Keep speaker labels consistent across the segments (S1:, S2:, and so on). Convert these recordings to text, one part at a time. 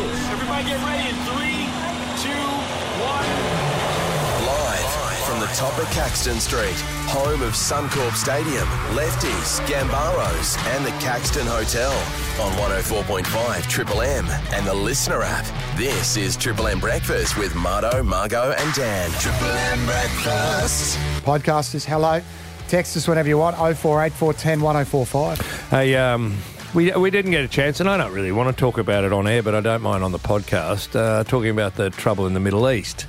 S1: everybody get ready in three, two, one.
S2: Live from the top of Caxton Street, home of Suncorp Stadium, Lefties, Gambaros, and the Caxton Hotel. On 104.5 Triple M and the Listener app. This is Triple M Breakfast with Marto, Margot, and Dan. Triple M Breakfast.
S3: Podcasters, hello. Text us whenever you want, 048410 1045.
S4: Hey, um, we, we didn't get a chance, and I don't really want to talk about it on air, but I don't mind on the podcast, uh, talking about the trouble in the Middle East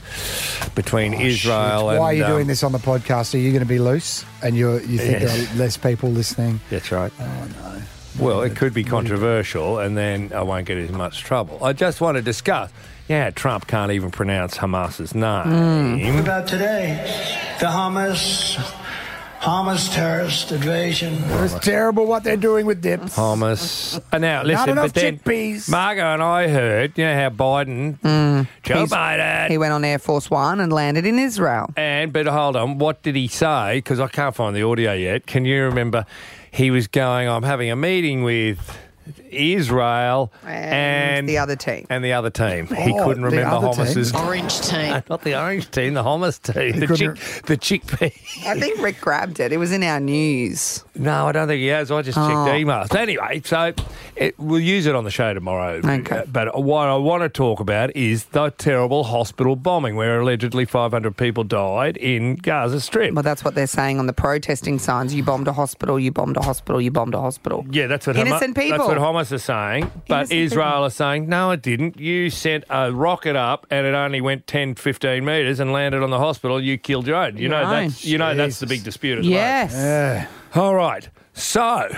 S4: between Israel
S3: Oh, Why
S4: and.
S3: are you doing
S4: um,
S3: this on the podcast? Are you going to be loose and you're, you think
S4: Yeah.
S3: there are less people listening?
S4: That's right. Oh, no. Well, it could be controversial, and then I won't get as much trouble. I just want to discuss. Yeah, Trump can't even pronounce Hamas's name.
S3: Hmm.
S5: about today the Hamas Hamas terrorist invasion.
S3: It's terrible what they're doing with dips.
S4: Thomas. Uh, now, listen,
S3: enough
S4: but then
S3: chickpeas. Hmm.
S4: Margo and I heard, you know how Biden, Joe
S6: He's-
S4: Biden,
S6: He went on Air Force One and landed in Israel.
S4: And but hold on, what did he say? Because I can't find the audio yet. Can you remember? He was going. I'm having a meeting with Israel
S6: And
S4: and,
S6: the other team."
S4: And the other team. he
S3: Oh,
S4: couldn't
S3: the
S4: remember
S3: other team.
S4: Hamas's.
S7: Orange team.
S4: Not the orange team, the Hamas team, the,
S3: couldn't
S4: chick, the chickpea.
S6: I think Rick grabbed it. It was in our news.
S4: No, I don't think he has. I just
S6: Oh.
S4: checked emails. Anyway, so it, we'll use it on the show tomorrow.
S6: Okay.
S4: Uh, But what I want to talk about is the terrible hospital bombing where allegedly 500 people died in Gaza Strip.
S6: Well, that's what they're saying on the protesting signs. You bombed a hospital, you bombed a hospital, you bombed a hospital.
S4: Yeah, that's what
S6: Innocent
S4: Hama-
S6: people.
S4: That's what Hamas is saying, but
S6: Innocent
S4: Israel is saying no, it didn't. You sent a rocket up, and it only went 10, 15 meters and landed on the hospital. You killed your own. You know
S6: No.
S4: that's you know that's the big dispute. As
S6: Yes.
S4: Well. All right. So,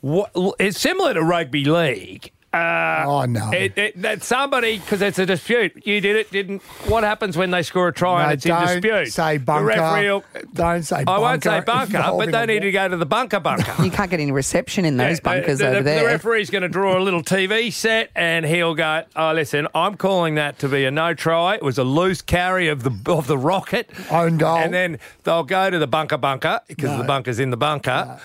S4: what, it's similar to rugby league. Uh,
S3: Oh, no.
S4: It, it, that somebody because it's a dispute. You did it, didn't? What happens when they score a try
S3: No,
S4: and it's in dispute?
S3: say
S4: The
S3: bunker.
S4: referee will-
S3: don't say bunker.
S4: I won't say bunker, but
S3: involving
S4: they
S3: a
S4: need to
S3: war.
S4: go to the bunker bunker.
S6: You can't get any reception in those
S4: Yeah,
S6: bunkers
S4: the, the-
S6: over there.
S4: The referee's going to draw a little TV set, and he'll go, "Oh, listen, I'm calling that to be a no try. It was a loose carry of the of the rocket
S3: Own goal.
S4: And then they'll go to the bunker bunker because the bunker's in the bunker.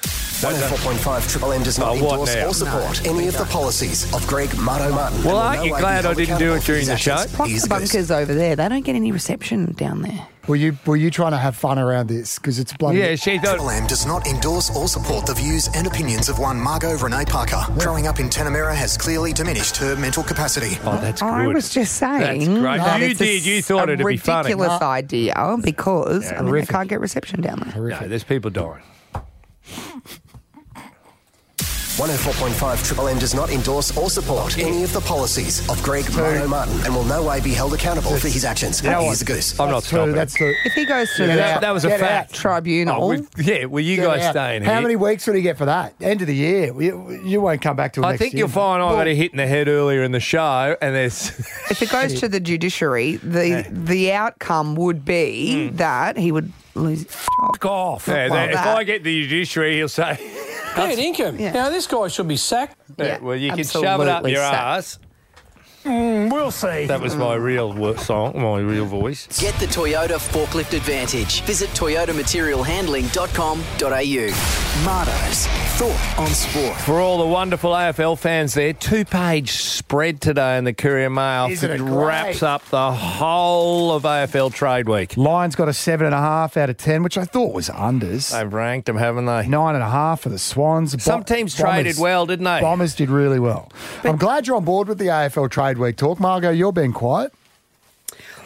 S2: 104.5 Triple M does not
S4: Oh, what
S2: endorse
S4: now?
S2: or support any of the policies of Greg Marto Martin. and
S4: Well,
S2: will
S4: aren't
S2: no
S4: you
S2: way be
S4: glad
S2: held
S4: I didn't do
S2: accountable
S4: it
S2: for
S4: during
S2: his
S4: the show?
S2: actions?
S6: Proper
S2: He's a goose.
S6: bunkers over there. They don't get any reception down there.
S3: Were you, were you trying to have fun around this? Because it's bloody.
S4: Yeah, she
S8: Triple
S4: thought.
S8: M does not endorse or support the views and opinions of one Margot Renee Parker. Growing up in Tanamera has clearly diminished her mental capacity.
S4: Oh, that's good.
S6: I was just saying.
S4: That's great.
S6: that
S4: You
S6: it's a
S4: did. You
S6: s-
S4: thought
S6: a
S4: it'd be funny.
S6: ridiculous idea because I mean, they
S3: horrific.
S6: can't get reception down there.
S4: No, there's people dying.
S2: 104.5 Triple M does not endorse or support any of the policies of Greg Marto Martin and will no way be held accountable for his actions.
S3: know what?
S2: He's a goose.
S4: I'm not
S3: That's true.
S4: stopping.
S3: That's true.
S6: If he goes to
S3: Get
S6: the
S3: out.
S4: that, that was a
S3: Get
S4: fact.
S3: out.
S6: tribunal,
S4: Oh, we- yeah, well, you
S3: Get
S4: guys
S3: out.
S4: staying
S3: How
S4: here?
S3: many weeks would he get for that? End of the year. You, you won't come back till
S4: I
S3: next
S4: think
S3: year.
S4: you'll find I got a hit in the head earlier in the show, and there's
S6: if it goes to the judiciary, the the outcome would be
S3: Hmm.
S6: that he would lose his job.
S4: Fuck off. Yeah,
S6: Well,
S4: that- if
S6: that-
S4: I get the judiciary, he'll say,
S7: Bad income.
S6: Yeah.
S7: Now this guy should be sacked.
S6: Yeah,
S4: "Well, you can shove it up
S6: absolutely
S4: your
S6: sacked.
S4: ass."
S7: We'll see.
S4: That was my real wo- song, my real voice.
S9: Get the Toyota forklift advantage. Visit toyotamaterialhandling.com.au.
S8: Margo's thought on sport.
S4: For all the wonderful AFL fans there, two page spread today in the Courier Mail.
S3: Isn't it
S4: wraps
S3: great?
S4: up the whole of AFL Trade Week.
S3: Lions got a seven and a half out of ten, which I thought was unders.
S4: They've ranked them, haven't they?
S3: Nine and a half for the Swans. Bo-
S4: Some teams
S3: Bombers-
S4: traded well, didn't they?
S3: Bombers did really well. I'm glad you're on board with the AFL Trade Week talk, Margot. You're being quiet.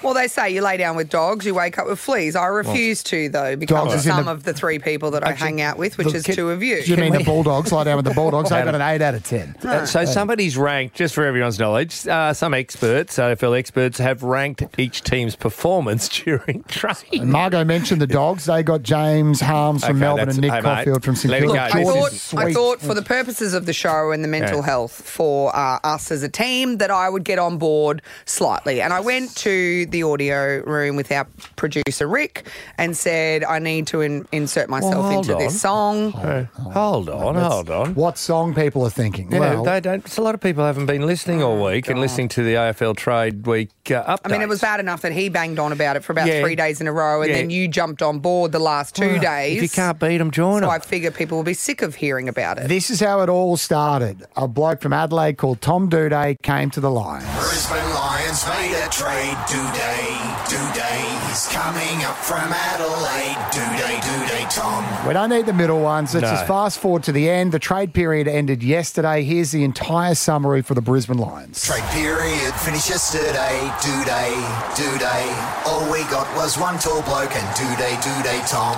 S6: Well, they say you lay down with dogs, you wake up with fleas. I refuse to though, because
S3: Dogs
S6: of
S3: is in
S6: some
S3: the-
S6: of the three people that I hang out with, which
S3: Look,
S6: is
S3: can-
S6: two of
S3: Do
S6: you.
S3: you mean the Bulldogs? Lie down with the Bulldogs. They got an eight out of ten.
S4: Uh, So somebody's ranked, just for everyone's knowledge, uh, some experts, AFL experts, have ranked each team's performance during trade.
S3: And Margot mentioned the Dogs. They got James Harms from
S4: Okay,
S3: Melbourne
S4: that's-
S3: and Nick
S4: hey, mate,
S3: Caulfield from St
S4: let it
S3: Kilda.
S4: go.
S6: I
S3: George is
S6: thought, I
S3: sweet.
S6: thought for the purposes of the show and the mental
S4: Yeah.
S6: health for uh, us as a team that I would get on board slightly. And I went to the audio room with our producer Rick and said, I need to in- insert myself
S4: hold
S6: into
S4: on.
S6: this song.
S4: Hold on, hold on.
S3: What song people are thinking?
S4: You know,
S3: well,
S4: they don't. A lot of people haven't been listening all week and listening to the AFL Trade Week uh, update.
S6: Oh, I mean, it was bad enough that he banged on about it for about
S4: Yeah.
S6: three days in a row, and
S4: Yeah.
S6: then you jumped on board the last two days.
S4: If you can't beat them, join
S6: so I
S4: them.
S6: figure people will be sick of hearing about it.
S3: this is how it all started. A bloke from Adelaide called Tom Duday came to the Lions.
S8: Brisbane Lions made a trade. Today, today, he's coming up from Adelaide. Today, today, Tom.
S3: We don't need the middle ones. Let's
S8: No.
S3: just fast forward to the end. The trade period ended yesterday. Here's the entire summary for the Brisbane Lions.
S8: Trade period finished yesterday. Today, today, all we got was one tall bloke and today, today, Tom.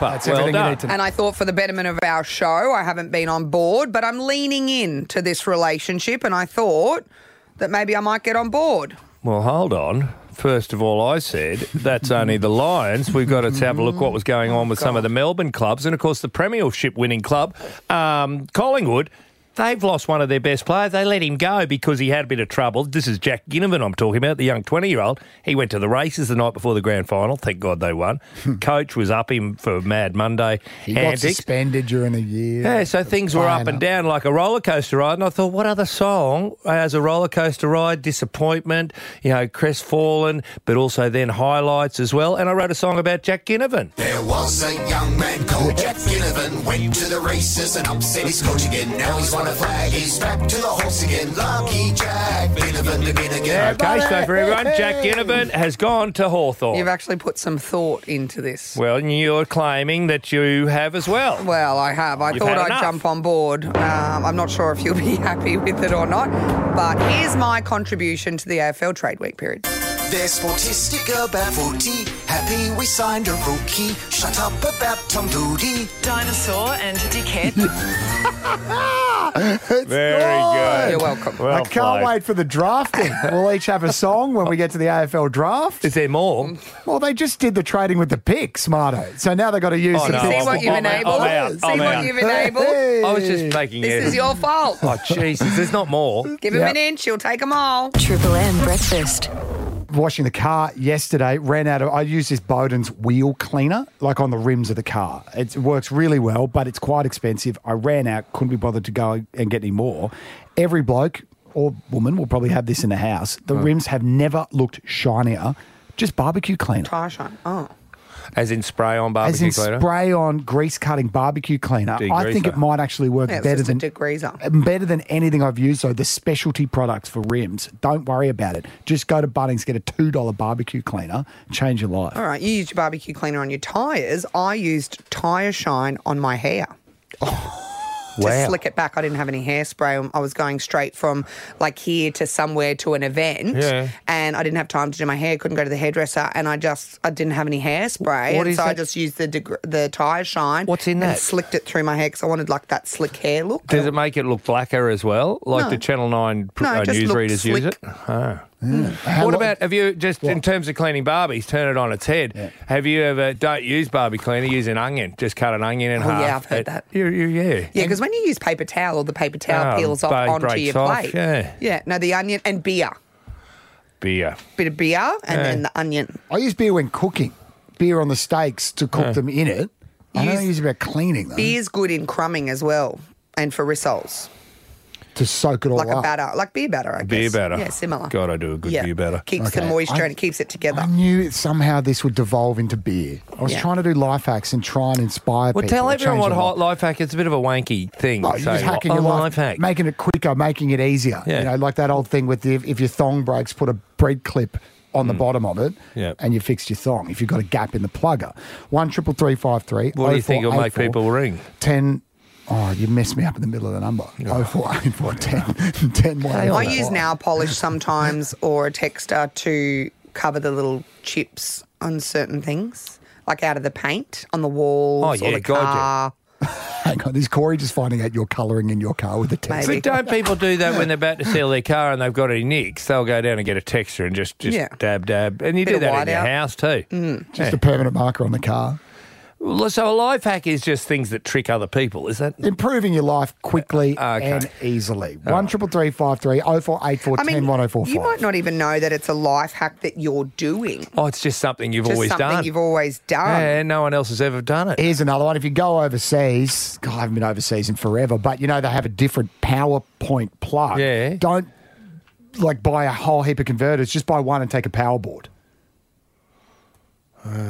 S6: And I thought for the betterment of our show, I haven't been on board, but I'm leaning in to this relationship, and I thought that maybe I might get on board.
S4: Well, hold on. First of all, I said that's only the Lions. We've got to have a look what was going on with some of the Melbourne clubs, and of course the Premiership winning club, um, Collingwood. They've lost one of their best players. They let him go because he had a bit of trouble. This is Jack Ginnivan I'm talking about, the young 20 year old. He went to the races the night before the grand final. Thank God they won. Coach was up him for Mad Monday.
S3: He got
S4: antics.
S3: suspended during the year.
S4: Yeah, so things were up and down like a roller coaster ride, and I thought, what other song has a roller coaster ride? Disappointment, you know, crestfallen, but also then highlights as well. And I wrote a song about Jack Ginnivan.
S8: There was a young man called Jack Ginnivan, went to the races and upset his coach again. Now he's won a flag, he's back to the horse again. Lucky Jack Ginnivan to win again.
S4: okay, so for everyone, Jack Ginnivan has gone to Hawthorn.
S6: You've actually put some thought into this.
S4: Well, and you're claiming that you have as well.
S6: Well, I have. I
S4: You've
S6: thought
S4: had
S6: I'd
S4: enough.
S6: jump on board. Um, I'm not sure if you'll be happy with it or not, but here's my contribution to the AFL trade week period.
S8: They're sportistic about footy. Happy we signed a rookie. Shut up about Tom Doody. Dinosaur and dickhead.
S4: Very
S3: good.
S8: You're welcome.
S3: I
S8: Well
S3: can't
S8: played.
S3: wait for the drafting. we'll each have a song when we get to the AFL draft.
S4: Is there more?
S3: Well, they just did the trading with the picks, Smarto. So now they've got to use
S4: Oh,
S3: the
S4: no,
S3: picks.
S4: I'm-
S6: See what you've
S4: I'm out,
S6: enabled.
S4: I'm out,
S6: See
S4: I'm
S6: what
S4: out.
S6: you've enabled.
S4: I was just making
S6: This
S4: it.
S6: is your fault.
S4: Oh, Jesus, there's not more.
S6: Give him an inch, he'll take them all.
S3: Triple M breakfast. Washing the car yesterday, ran out of. I use this Bowden's wheel cleaner, like on the rims of the car. It works really well, but it's quite expensive. I ran out, couldn't be bothered to go and get any more. Every bloke or woman will probably have this in the house. The rims have never looked shinier. Just barbecue cleaner.
S6: Tire shine. Oh.
S4: As in spray on
S3: As
S4: barbecue
S3: in
S4: cleaner?
S3: spray on grease cutting barbecue cleaner. I think
S4: Degreaser.
S3: it might actually work
S6: Yeah, it's
S3: better
S6: just a
S3: than
S6: degreaser.
S3: better than anything I've used. So the specialty products for rims. Don't worry about it. Just go to Bunnings, get a two dollar barbecue cleaner, change your life.
S6: All right, you used your barbecue cleaner on your tyres. I used tyre shine on my hair. To slick it back. I didn't have any hairspray. Um, I was going straight from like here to somewhere to an event.
S10: Yeah.
S6: And I didn't have time to do my hair. Couldn't go to the hairdresser. And I just, I didn't have any hairspray.
S10: What
S6: and
S10: is
S6: so I
S10: that?
S6: just used the deg- the tyre shine. What's in And
S4: that?
S6: slicked it through my hair because I wanted like that slick hair look.
S4: Does it make it look blacker as well? Like
S6: No.
S4: the Channel 9 pr-
S6: No, it
S4: uh,
S6: just
S4: newsreaders
S6: looks
S4: use
S6: slick.
S4: it? Oh. What about, have you, just in terms of cleaning Barbies, turn it on its head. Have you ever, don't use Barbie cleaner, use an onion. Just cut an onion in
S6: Oh, yeah,
S4: half.
S6: I've heard
S4: It-
S6: that.
S4: You, you, yeah.
S6: Yeah, because when you use paper towel, the paper towel
S4: Oh,
S6: peels off
S4: ba-
S6: onto
S4: breaks
S6: your
S4: off,
S6: plate.
S4: yeah.
S6: yeah. No, the onion and beer.
S4: Beer.
S6: Bit of beer and
S3: Yeah.
S6: then the onion.
S3: I use beer when cooking, beer on the steaks to cook
S6: Yeah.
S3: them in it. I
S6: You
S3: don't use it about cleaning them
S6: Beer's good in crumbing as well, and for rissoles,
S3: to soak it all
S6: like
S3: up.
S6: a batter, like beer batter. I guess.
S4: Beer batter.
S6: Yeah, similar.
S4: God, I do a good
S6: Yeah.
S4: beer batter.
S6: Keeps the
S3: Okay.
S6: moisture
S3: I-
S6: and it keeps it together.
S3: I knew somehow this would devolve into beer. I was
S6: Yeah.
S3: trying to do life hacks and try and inspire
S4: Well,
S3: people.
S4: tell
S3: and
S4: everyone
S3: change
S4: what
S3: their life.
S4: hot life hack. It's a bit of a wanky thing.
S3: No, you're just hacking your
S4: oh,
S3: life,
S4: life hack.
S3: making it quicker, making it easier.
S4: Yeah.
S3: You know, like that old thing with the, if your thong breaks, put a bread clip on the bottom of it,
S4: Mm. Yeah.
S3: and you fixed your thong. If you've got a gap in the plugger, one triple three five three.
S4: What do you think will make
S3: 0484,
S4: people ring?
S3: Ten. Oh, you messed me up in the middle of the number. Oh four eight four ten ten one.
S6: I use nail polish sometimes or a texter to cover the little chips on certain things, like out of the paint on the walls
S3: Oh,
S6: or
S3: yeah,
S6: the
S3: God, yeah.
S6: car.
S3: Hang on, is Corey just finding out your colouring in your car with a text?
S4: But don't people do that when they're about to sell their car and they've got any nicks? They'll go down and get a texture and just, just
S3: Yeah.
S4: dab, dab. And you
S3: Bit
S4: do
S3: of
S4: that in
S3: white
S4: your
S3: out.
S4: house too.
S6: Mm.
S3: Just
S4: Yeah.
S3: a permanent marker on the car.
S4: Well, So a life hack is just things that trick other people, is that?
S3: Improving your life quickly
S4: Uh, Okay.
S3: and easily. One triple three five three oh four eight four
S6: I
S3: ten one oh four
S6: you
S3: five.
S6: might not even know that it's a life hack that you're doing.
S4: Oh, it's just something you've
S6: Just
S4: always
S6: something
S4: done.
S6: you've always done.
S4: Yeah, no one else has ever done it.
S3: Here's another one. If you go overseas, God, I haven't been overseas in forever, but you know they have a different PowerPoint plug. Yeah. Don't like buy a whole heap of converters. Just buy one and take a power board.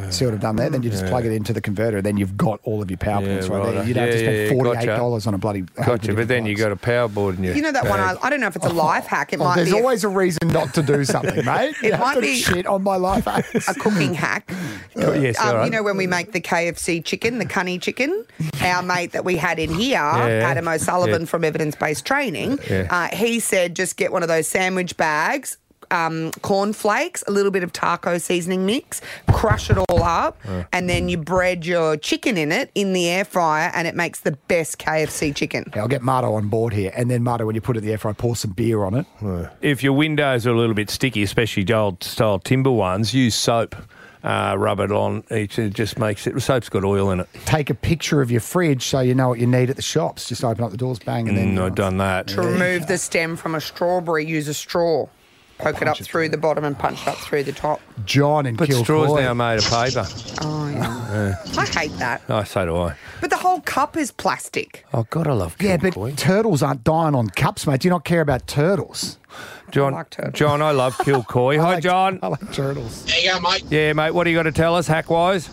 S3: See what I've done there? Then you just
S4: Uh, Yeah.
S3: plug it into the converter, then you've got all of your power
S4: Yeah,
S3: points right,
S4: righto.
S3: there. You don't have to
S4: Yeah,
S3: spend
S4: yeah,
S3: forty
S4: yeah,
S3: eight dollars
S4: gotcha.
S3: on a bloody.
S4: Gotcha, but then you got a power board in your
S6: You know that one? uh, I,
S4: bag.
S6: I don't know if it's a life hack. It
S3: Oh,
S6: might
S3: there's
S6: be a-
S3: always a reason not to do something, mate.
S6: It
S3: You have
S6: might
S3: to
S6: be-
S3: shit on my life.
S6: a cooking hack. Um,
S3: Oh, yes, all right.
S6: You know when we make the KFC chicken, the cunny chicken. Our mate that we had in here,
S3: yeah.
S6: Adam O'Sullivan
S3: Yeah.
S6: from Evidence Based Training,
S3: Yeah.
S6: uh, he said just get one of those sandwich bags. Um, cornflakes, a little bit of taco seasoning mix, crush it all up,
S10: Yeah.
S6: and then you bread your chicken in it in the air fryer, and it makes the best KFC chicken.
S3: Yeah, I'll get Marto on board here, and then Marto, when you put it in the air fryer, pour some beer on it.
S4: If your windows are a little bit sticky, especially the old style timber ones, use soap. Uh, rub it on each. It just makes it. Soap's got oil in it.
S3: Take a picture of your fridge so you know what you need at the shops. Just open up the doors, bang, and then
S4: Mm, I've done that.
S6: To remove the stem from a strawberry, use a straw. Poke it up through the bottom and punch it up through the top.
S3: John and
S4: but
S3: Kilcoy.
S4: straws now made of paper.
S6: Oh, I hate that.
S4: I Oh, so do I.
S6: But the whole cup is plastic.
S4: Oh God, I love.
S3: Yeah, but turtles aren't dying on cups, mate. Do you not care about turtles?
S4: John, John, I love Kilcoy. Hi, John. I
S3: like turtles.
S11: There you go, mate.
S4: Yeah, mate. What do you got to tell us, hack wise?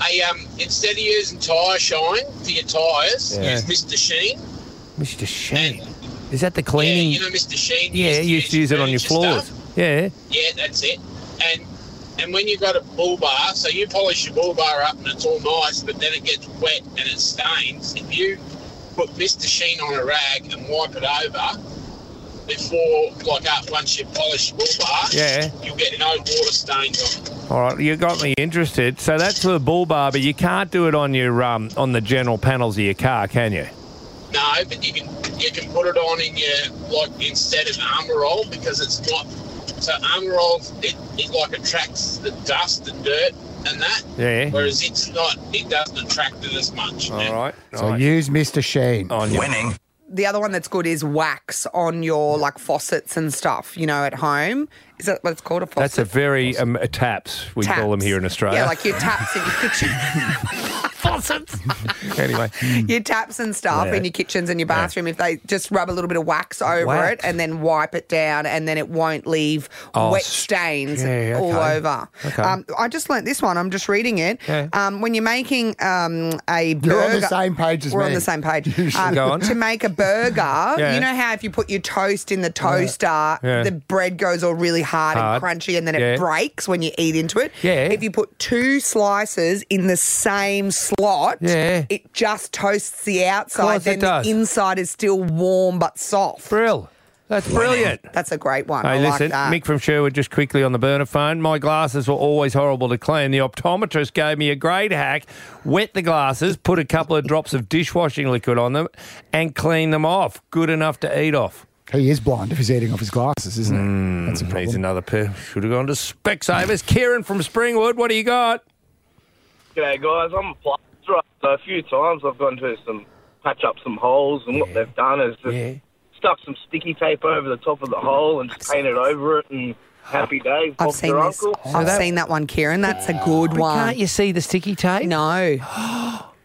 S11: Hey, um, instead of using tyre shine for your tyres,
S4: Yeah.
S11: use Mr. Sheen.
S4: Mr. Sheen. Is that the cleaning?
S11: You know uh, Mr. Sheen?
S4: Yeah, you used to use it on your floors. Yeah.
S11: Yeah, that's it. And and when you got a bull bar, so you polish your bull bar up and it's all nice, but then it gets wet and it stains. If you put Mr. Sheen on a rag and wipe it over before, like, up once you polish your bull bar,
S4: Yeah.
S11: you'll get no water stains on it.
S4: All right, you got me interested. So that's the bull bar, but you can't do it on your um, on the general panels of your car, can you?
S11: No, but you can you can put it on in your like instead of armor roll because it's not so armor roll it, it like attracts the dust and dirt and that.
S4: Yeah.
S11: Whereas it's not it doesn't attract it as much.
S4: All right.
S3: So use Mr. Sheen.
S4: On
S11: Winning.
S6: The other one that's good is wax on your like faucets and stuff, you know, at home. Is that what it's called? A faucet?
S4: That's a very um, a taps we call them here in Australia.
S6: Yeah, like your taps in your kitchen. Faucets.
S4: anyway.
S6: Your taps and stuff
S4: Yeah.
S6: in your kitchens and your bathroom, if they just rub a little bit of wax over
S4: Wax.
S6: it and then wipe it down, and then it won't leave
S4: Oh,
S6: wet
S4: s-
S6: stains
S4: yeah,
S6: all
S4: okay.
S6: over.
S4: Okay.
S6: Um, I just learnt this one. I'm just reading it.
S4: Yeah.
S6: Um, when you're making um, a burger,
S3: You're on the same page as
S6: we're on
S3: me.
S6: the same page. Um,
S3: Go on.
S6: To make a burger,
S3: Yeah.
S6: you know how if you put your toast in the toaster,
S3: Yeah.
S6: the bread goes all really hard,
S4: Hard.
S6: and crunchy, and then
S4: Yeah.
S6: it breaks when you eat into it.
S4: Yeah.
S6: If you put two slices in the same slot,
S4: Yeah.
S6: it just toasts the outside.
S4: Course it
S6: Then the
S4: does.
S6: inside is still warm but soft.
S4: Brill. That's brilliant.
S6: That's a great one. I
S4: Hey, listen,
S6: like that.
S4: Mick from Sherwood just quickly on the burner phone. My glasses were always horrible to clean. The optometrist gave me a great hack. Wet the glasses, put a couple of drops of dishwashing liquid on them, and clean them off. Good enough to eat off.
S3: He is blind if he's eating off his glasses, isn't he?
S4: Mm.
S3: That's a problem.
S4: Needs another pair. Should have gone to Specsavers. Kieran from Springwood, what do you got?
S12: G'day, guys. I'm a plasterer, so a few times I've gone to some patch up some holes, and what they've done is just stuck some sticky tape over the top of the hole and just painted over it, and happy days.
S6: I've
S12: Bob's
S6: seen
S12: your
S6: this.
S12: uncle.
S6: I've seen that one, Kieran. That's a good one. Can't
S4: you see the sticky tape?
S6: Um, No.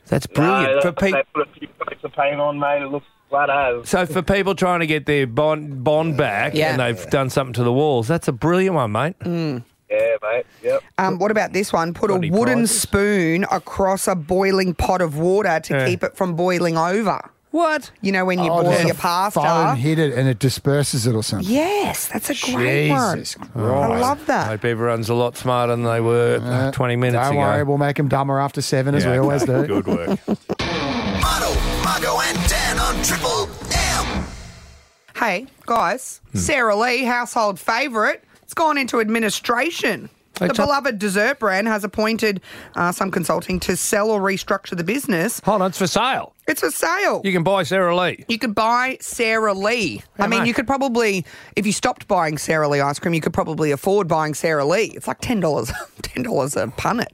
S4: That's
S12: No,
S4: brilliant.
S12: they-
S4: for pe-
S12: they put a few coats of paint on, mate. It looks flat as.
S4: so for people trying to get their bond bond back
S6: Yeah. Mm.
S4: and they've done something to the walls, that's a brilliant one, mate.
S12: Yeah, mate. Yep.
S6: Um, what about this one? Put a wooden spoon across a boiling pot of water to
S3: Yeah.
S6: keep it from boiling over.
S4: What?
S6: You know, when you
S3: Oh,
S6: boil
S3: just
S6: your
S3: a Phone
S6: pasta.
S3: hit it and it disperses it or something.
S6: Yes, that's a great
S3: Jesus
S6: one. I
S4: Christ.
S6: love that.
S4: Hope everyone's a lot smarter than they were uh, 20 minutes
S3: Don't
S4: ago.
S3: worry, we'll make him dumber after seven, as
S4: Yeah,
S3: we always
S4: okay,
S3: do.
S4: Good work.
S8: Muddle, Margo, and Dan on Triple M.
S6: Hey, guys,
S4: Hmm.
S6: Sarah Lee, household favourite, it's gone into administration.
S4: Hey,
S6: the
S4: Tom-
S6: beloved dessert brand has appointed uh, some consulting to sell or restructure the business.
S4: Hold on, it's for sale.
S6: It's for sale.
S4: You can buy Sarah Lee.
S6: You could buy Sara Lee. I mean,
S4: much?
S6: you could probably, if you stopped buying Sara Lee ice cream, you could probably afford buying Sara Lee. It's like ten dollars, ten dollars a punnet.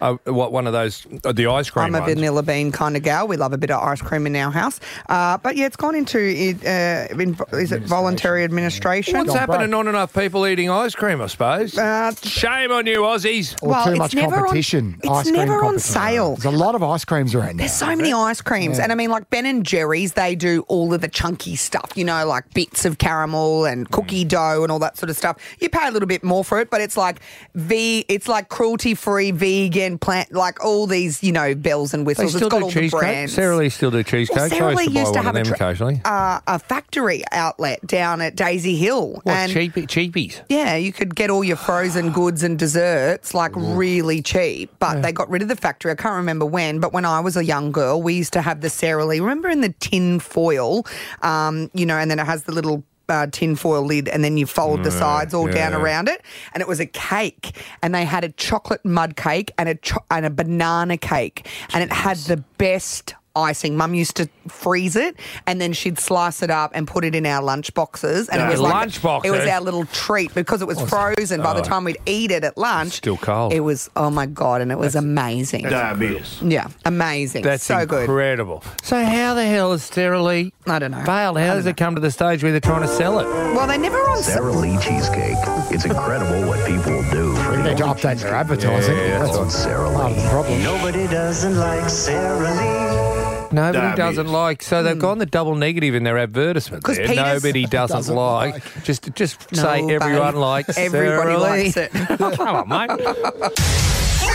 S4: uh, what one of those uh, the ice cream
S6: I'm a
S4: ones.
S6: vanilla bean kind of gal. We love a bit of ice cream in our house. Uh, but yeah, it's gone into uh, in, is it voluntary administration?
S4: What's happening? Not enough people eating ice cream, I suppose.
S6: Uh,
S4: Shame on you, Aussies.
S3: Or too much competition.
S6: On,
S3: ice
S6: it's
S3: cream
S6: never on
S3: competition.
S6: sale.
S3: There's a lot of ice creams around
S6: There's
S3: now.
S6: so many ice creams,
S3: Yeah.
S6: and I mean, like Ben and Jerry's, they do all of the chunky stuff, you know, like bits of caramel
S4: Mm.
S6: and cookie dough and all that sort of stuff. You pay a little bit more for it, but it's like v, it's like cruelty free, vegan, plant, like all these, you know, bells and
S4: They
S6: whistles.
S4: still
S6: it's got
S4: do
S6: all the
S4: cheesecake.
S6: brands.
S4: Sarah Lee still do
S6: Well,
S4: cheesecake. I
S6: Sarah
S4: used
S6: Lee
S4: to buy
S6: used to
S4: one
S6: have
S4: of them
S6: a, tra-
S4: occasionally.
S6: uh, a factory outlet down at Daisy Hill.
S4: What,
S6: and
S4: cheap, cheapies?
S6: yeah, you could get all your frozen goods and desserts like really cheap, but they got rid of the factory. I can't remember when, but when I was a young girl, we used to have the Sara Lee. Remember in the tin foil, um, you know, and then it has the little. Uh, tin foil lid, and then you fold the
S10: Mm,
S6: sides all down
S10: yeah.
S6: around it, and it was a cake. And they had a chocolate mud cake and a cho- and a banana cake, and it had the best icing. Mum used to freeze it, and then she'd slice it up and put it in our lunch boxes, and
S4: Yeah.
S6: it was like
S4: Lunch boxes?
S6: it was our little treat because it was
S4: What's-
S6: frozen by the
S4: Oh.
S6: time we'd eat it at lunch.
S4: Still cold.
S6: It was oh my god, and it was amazing.
S4: Diabetes.
S6: Yeah, amazing.
S4: That's
S6: so good.
S4: incredible. So how the hell is Sarah Lee?
S6: I don't know.
S4: Failed. How does it come to the stage where they're trying to sell it?
S6: Well, they never on
S13: Sara Lee cheesecake. It's incredible what people will do. For
S3: They need to
S13: the
S3: update their advertising.
S13: that's
S3: That's
S13: on Sara
S3: part of the problem.
S13: Nobody doesn't like Sara Lee.
S4: Nobody doesn't like. So
S6: Hmm.
S4: they've gone the double negative in their advertisement.
S13: 'Cause
S4: there.
S13: Peter's-
S4: Nobody doesn't,
S13: Doesn't
S4: like. Just, just say
S13: Nobody.
S4: everyone likes.
S13: Everybody
S4: Sarah Lee.
S13: likes it.
S4: Come on, mate.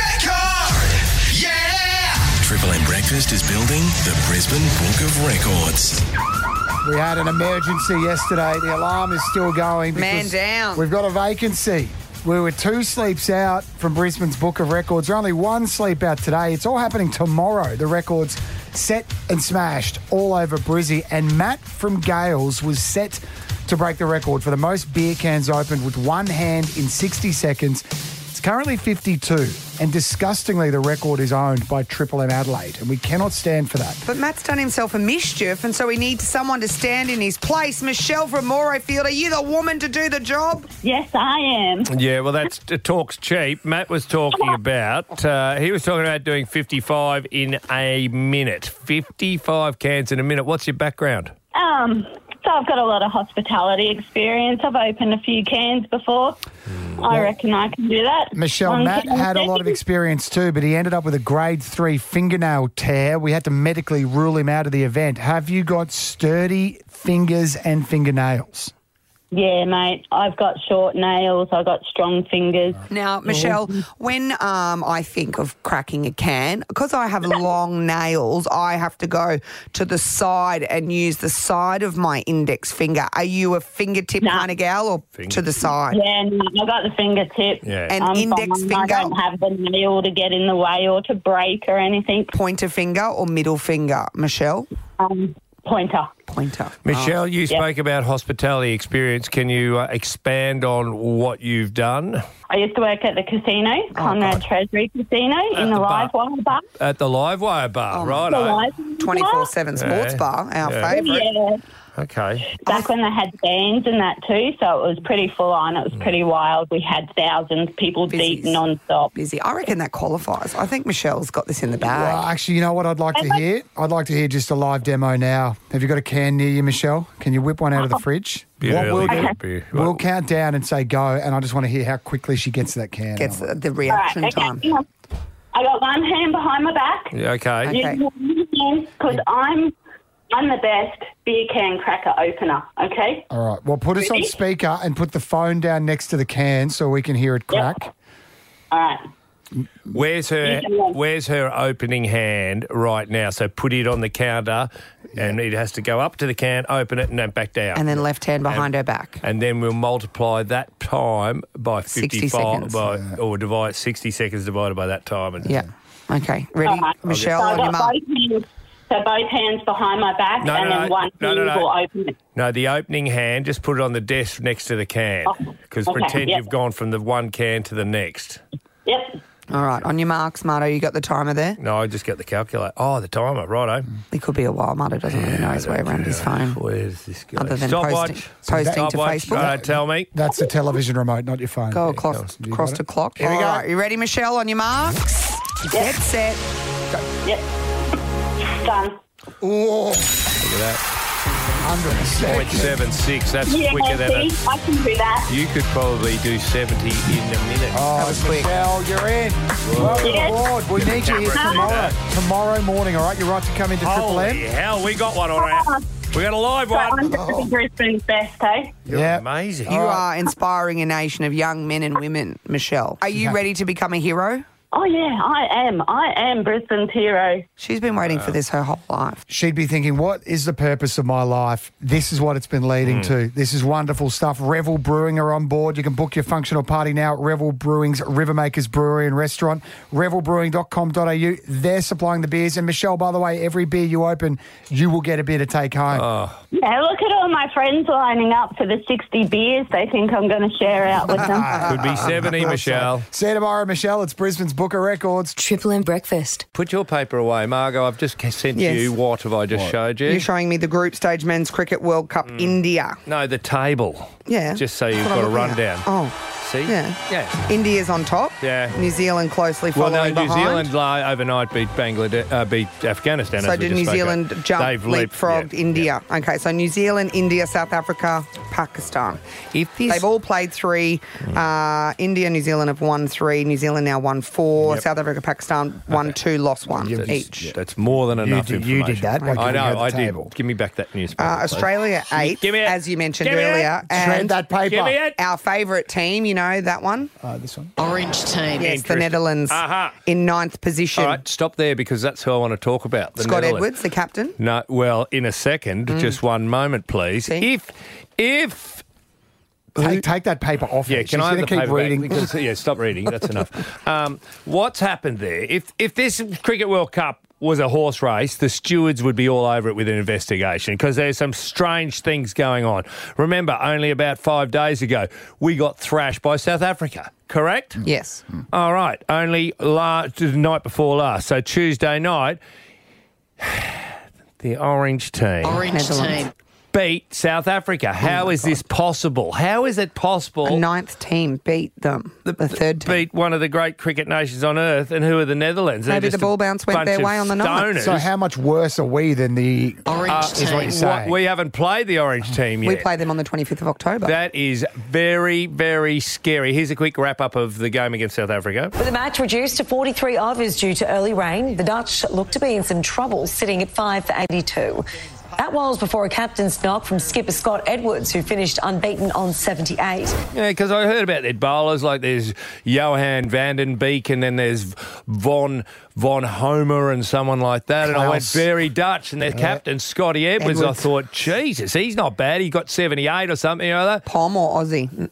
S2: Triple M Breakfast is building the Brisbane Book of Records.
S3: We had an emergency yesterday. The alarm is still going.
S6: Man
S3: because
S6: down.
S3: We've got a vacancy. We were two sleeps out from Brisbane's Book of Records. We're only one sleep out today. It's all happening tomorrow. The records set and smashed all over Brizzy. And Matt from Gales was set to break the record for the most beer cans opened with one hand in 60 seconds. It's currently 52. And disgustingly, the record is owned by Triple M Adelaide. And we cannot stand for that.
S6: But Matt's done himself a mischief, and so we need someone to stand in his place. Michelle from Morayfield, are you the woman to do the job?
S14: Yes, I am.
S4: Yeah, well, that's it talks cheap. Matt was talking about. Uh, he was talking about doing fifty-five in a minute. Fifty-five cans in a minute. What's your background?
S14: Um, so I've got a lot of hospitality experience. I've opened a few cans before. I reckon I can do that.
S3: Hmm. Michelle,
S14: One
S3: Matt
S14: can
S3: had a lot of experience too, but he ended up with a grade three fingernail tear. We had to medically rule him out of the event. Have you got sturdy fingers and fingernails?
S14: Yeah, mate. I've got short nails. I've got strong fingers.
S6: Now, Michelle, when um, I think of cracking a can, because I have long nails, I have to go to the side and use the side of my index finger. Are you a fingertip kind of gal or to the side?
S14: Yeah, no, I've got the fingertip.
S6: Yeah.
S14: And
S6: And
S14: index
S6: index
S14: I
S6: finger?
S14: don't have the nail to get in the way or to break or anything.
S6: Pointer finger or middle finger, Michelle?
S14: Um, pointer.
S6: Pointer.
S4: Michelle,
S3: Ah,
S6: Oh.
S4: you spoke about hospitality experience. Can you uh, expand on what you've done
S14: I used to work at the casino,
S6: Oh,
S14: Conrad Treasury Casino, in the,
S4: the Oh, bar.
S14: live wire bar.
S4: at the Livewire
S3: Oh,
S4: Bar? right.
S14: The live wire bar.
S6: 24/7 sports bar, our favourite.
S14: Yeah.
S4: Okay.
S14: Back when they had bands and that too, so it was pretty full on. It was pretty wild. We had thousands people deep non-stop.
S6: Busy. I reckon that qualifies. I think Michelle's got this in the bag.
S3: Well, actually, you know what I'd like to hear? I'd like to hear just a live demo now. Have you got a can near you, Michelle? Can you whip one out of the fridge?
S4: Be
S3: What
S4: early,
S3: we'll, do,
S4: don't be-
S3: we'll count down and say go, and I just want to hear how quickly she gets to that can.
S6: Gets the, the
S14: All right,
S6: reaction
S14: okay,
S6: time.
S14: hang on. I got one hand behind my back.
S4: Yeah, okay.
S14: Because I'm, I'm the best beer can cracker opener. Okay.
S3: All right. Well, put us on
S14: Ready?
S3: speaker and put the phone down next to the can so we can hear it crack.
S14: All right.
S4: Where's her Where's her opening hand right now? So put it on the counter, and it has to go up to the can, open it, and then back down.
S6: And then left hand behind her back.
S4: And then we'll multiply that time by
S6: 60
S4: 55,
S6: seconds.
S4: by, or divide 60 seconds divided by that time. And
S6: Yeah. Okay. Ready,
S14: All right.
S6: Michelle,
S14: So I
S6: on your
S14: got
S6: mark.
S14: both hands. So both hands behind my back,
S4: No,
S14: and
S4: no,
S14: then
S4: no.
S14: one
S4: No,
S14: hand
S4: no, no.
S14: will open it.
S4: No, the opening hand, just put it on the desk next to the can.
S14: Oh,
S4: Because
S14: okay,
S4: pretend
S14: yep.
S4: you've gone from the one can to the next.
S14: Yep.
S6: All right. On your mark, Smarto, you got the timer there?
S4: No, I just get the calculator. Oh, the timer, righto.
S6: It could be a while. Marto doesn't really know his way around his phone.
S4: Where's this guy?
S6: Other than posting,
S4: Stopwatch.
S6: posting to
S4: Stopwatch.
S6: Facebook.
S4: Uh, tell me.
S3: That's the television remote, not your phone.
S6: Go across, across the clock.
S3: Here we
S6: All
S3: go.
S6: right, You ready, Michelle, on your marks? Dead set.
S14: Yep. Done.
S3: Oh.
S4: Look at that.
S3: Under a second.
S4: 0.76. That's
S14: yeah,
S4: quicker than a.
S14: see, I can do that.
S4: You could probably do 70 in a minute.
S3: Oh, that was quick. Michelle, you're in. Welcome
S4: Yes.
S3: aboard. We
S4: Get
S3: need
S4: the
S3: you here
S4: camera to do
S3: tomorrow.
S4: that.
S3: Tomorrow morning, all right? You're right to come into Triple
S4: Holy
S3: M.
S4: hell, we got one on our. We got a live
S14: So I'm
S4: one.
S14: just
S6: Oh.
S14: the Brisbane's best, eh?
S6: You're
S4: amazing.
S6: You
S4: All
S6: are inspiring a nation of young men and women, Michelle. Are you ready to become a hero?
S14: Oh yeah, I am. I am Brisbane's hero.
S6: She's been waiting for this her whole life.
S3: She'd be thinking, what is the purpose of my life? This is what it's been leading
S4: Hmm.
S3: to. This is wonderful stuff. Revel Brewing are on board. You can book your functional party now at Revel Brewing's Rivermakers Brewery and Restaurant, revelbrewing.com.au. They're supplying the beers. And Michelle, by the way, every beer you open, you will get a beer to take home.
S4: Oh,
S14: Yeah, look at all my friends lining up for the 60 beers they think I'm going to share out with them.
S4: Could be
S6: eh,
S4: 70, Michelle.
S3: See you tomorrow, Michelle. It's Brisbane's Booker Records.
S10: Triple M Breakfast.
S4: Put your paper away, Margot. I've just sent
S6: Yes.
S4: you what have I just showed you?
S6: You're showing me the group stage men's cricket World Cup India.
S4: no, the table.
S6: Yeah.
S4: Mm. Just so you've
S6: That's what
S4: got a
S6: I'm looking at.
S4: rundown.
S6: Oh.
S4: See?
S6: Yeah.
S4: Yeah.
S6: India's on top.
S4: Yeah.
S6: New Zealand closely
S4: Well,
S6: following
S4: no, New
S6: behind.
S4: Zealand li- overnight beat Bangladesh, uh, beat Afghanistan.
S6: so
S4: as we
S6: did
S4: just
S6: New
S4: spoke
S6: Zealand
S4: about.
S6: jump,
S4: They've leaped,
S6: leapfrogged
S4: yeah.
S6: India. Okay, so New Zealand, India, South Africa, Pakistan.
S4: If Hmm.
S6: They've all played three. Uh, India, New Zealand have won three. New Zealand now won four. South Africa, Pakistan won two, lost one each.
S4: That's more than enough
S3: did- you did
S4: information.
S3: that by
S4: I
S3: giving her
S4: know.
S3: the
S4: I
S3: table.
S4: did. Give me back that newspaper.
S6: Uh,
S4: please.
S6: Australia eight, as you mentioned
S4: Give me it.
S6: earlier,
S4: Shred
S6: and Oh,
S4: that paper. Give me it.
S6: our favourite team, you know that one,
S3: Uh, this one.
S10: Orange team.
S6: yes, the
S4: Interesting. Uh-huh.
S6: Netherlands in ninth position.
S4: All right, stop there because that's who I want to talk about. the
S6: Scott
S4: Netherlands.
S6: Edwards, Mm. the captain.
S4: No, well, in a second, just one moment, please. If, if.
S3: Take, take that paper off.
S4: Yeah,
S3: her. She's
S4: can I have
S3: gonna
S4: the
S3: keep
S4: paper back?
S3: reading?
S4: Because- yeah, stop reading. That's enough. Um, what's happened there? If if this cricket World Cup was a horse race, the stewards would be all over it with an investigation because there's some strange things going on. Remember, only about five days ago, we got thrashed by South Africa. Correct?
S6: Yes.
S4: All right. Only last the night before last, so Tuesday night, the orange team.
S10: Orange team.
S4: Beat South Africa. How is this possible? How is it possible?
S6: A ninth team beat them. The, third team.
S4: beat one of the great cricket nations on earth, and who are the Netherlands? They're
S6: Maybe the
S4: just a
S6: ball bounce went
S4: bunch
S6: their
S4: of
S6: way on the night.
S4: stoners.
S3: So, how much worse are we than the
S10: Orange
S4: Uh,
S3: is what you're saying?
S4: we haven't played the orange team yet.
S6: We play them on the 25th of October.
S4: that is very, very scary. Here's a quick wrap up of the game against South Africa.
S15: With the match reduced to 43 overs due to early rain, the Dutch look to be in some trouble, sitting at 5 for 82. That was before a captain's knock from skipper Scott Edwards, who finished unbeaten on 78.
S4: Yeah, because I heard about their bowlers. Like there's Johan van den Beek, and then there's Von Von Homer, and someone like that. And I went
S3: Klaus.
S4: very Dutch, and their captain Scotty Edwards.
S6: Edwards.
S4: I thought, Jesus, he's not bad. He got 78 or something or other.
S6: Palm or Aussie?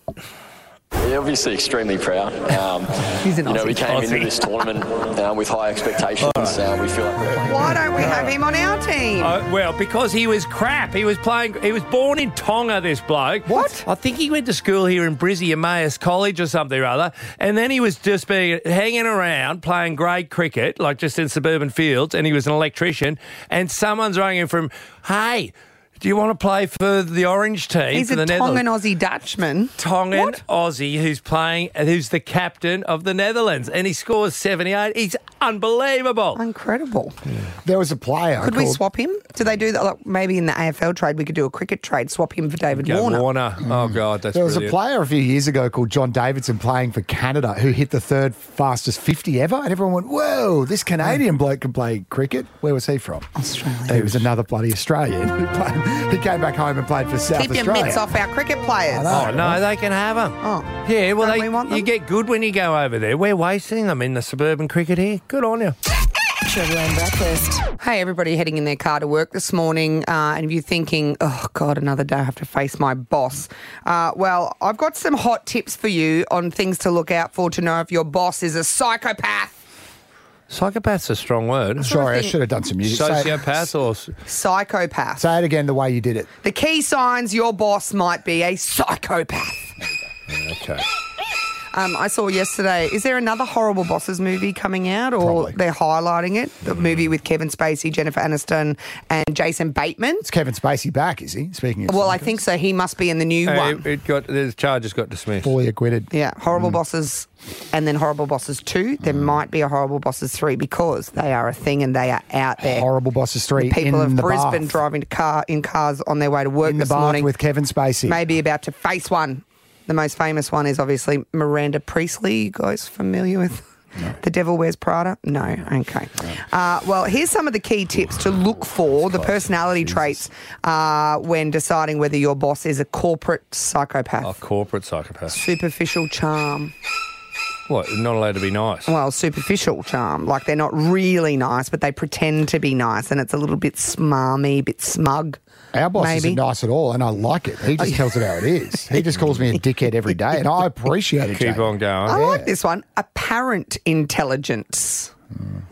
S16: Yeah, obviously extremely proud. Um,
S6: He's an
S16: you know, we
S6: Aussie.
S16: came into this tournament uh, with high expectations. Uh, we feel like we're playing.
S6: Why don't we have him on our team?
S4: Uh, well, because he was crap. He was playing. He was born in Tonga. This bloke. What? I think he went to school here in Brizzy Emmaus College or something or other, and then he was just being hanging around playing grade cricket, like just in suburban fields, and he was an electrician. And someone's rang him from, "Hey, do you want to play for the Orange team
S6: He's
S4: for the
S6: a Tongan
S4: Netherlands?"
S6: Aussie Dutchman.
S4: Tongan Aussie who's playing, who's the captain of the Netherlands, and he scores 78. He's unbelievable.
S6: Incredible.
S3: There was a player.
S6: Could we
S3: called-
S6: swap him? Do they do that? Like maybe in the AFL trade, we could do a cricket trade, swap him for David
S4: Go
S6: Warner.
S4: Warner. Oh God, that's
S3: There was
S4: brilliant.
S3: a player a few years ago called John Davidson playing for Canada who hit the third fastest 50 ever. And everyone went, whoa, this Canadian bloke can play cricket. Where was he from? Australia. He was another bloody Australian. who played- he came back home and played for South
S6: Keep your
S3: Australia.
S6: mitts off our cricket players.
S4: Oh no, they can have them.
S6: Oh.
S4: Yeah, well,
S6: Don't
S4: they,
S6: we want
S4: you
S6: them?
S4: get good when you go over there. We're wasting them in the suburban cricket here. Good on you.
S10: Triple M Breakfast.
S6: Hey, everybody heading in their car to work this morning, uh, and if you're thinking, oh, God, another day I have to face my boss, uh, well, I've got some hot tips for you on things to look out for to know if your boss is a psychopath.
S4: Psychopath's a strong word.
S3: Sorry, I
S6: thing-
S3: should have done some music. Say,
S4: Sociopath or s-
S6: Psychopath.
S3: say it again the way you did it.
S6: The key signs your boss might be a psychopath.
S4: okay.
S6: Um, I saw yesterday. Is there another horrible bosses movie coming out, or they're highlighting it? The movie with Kevin Spacey, Jennifer Aniston, and Jason Bateman. It's
S3: Kevin Spacey back, is he? Speaking of
S6: Well, I think so. He must be in the new
S4: Hey,
S6: one.
S4: Uh, It, got the charges got dismissed.
S3: fully acquitted.
S6: Yeah, horrible
S3: Mm.
S6: bosses, and then horrible bosses two. There might be a horrible bosses three because they are a thing and they are out there.
S3: Horrible bosses three.
S6: People
S3: in
S6: of
S3: the
S6: Brisbane
S3: bath.
S6: driving to car in cars on their way to work
S3: in the
S6: this
S3: bath
S6: morning,
S3: with Kevin Spacey.
S6: maybe about to face one. The most famous one is obviously Miranda Priestley. You guys familiar with? The Devil Wears Prada? No. Okay. Uh, well, here's some of the key tips to look for the personality traits uh, when deciding whether your boss is a corporate psychopath.
S3: Oh,
S4: A corporate psychopath.
S6: Superficial charm.
S4: What? Not allowed to be nice.
S6: Well, superficial charm. Like they're not really nice, but they pretend to be nice, and it's a little bit smarmy, a bit smug.
S3: Our boss
S6: maybe.
S3: isn't nice at all, and I like it. He just tells it how it is. He just calls me a dickhead every day, and I appreciate it.
S4: Keep on going.
S6: Oh, I like this one. Apparent intelligence.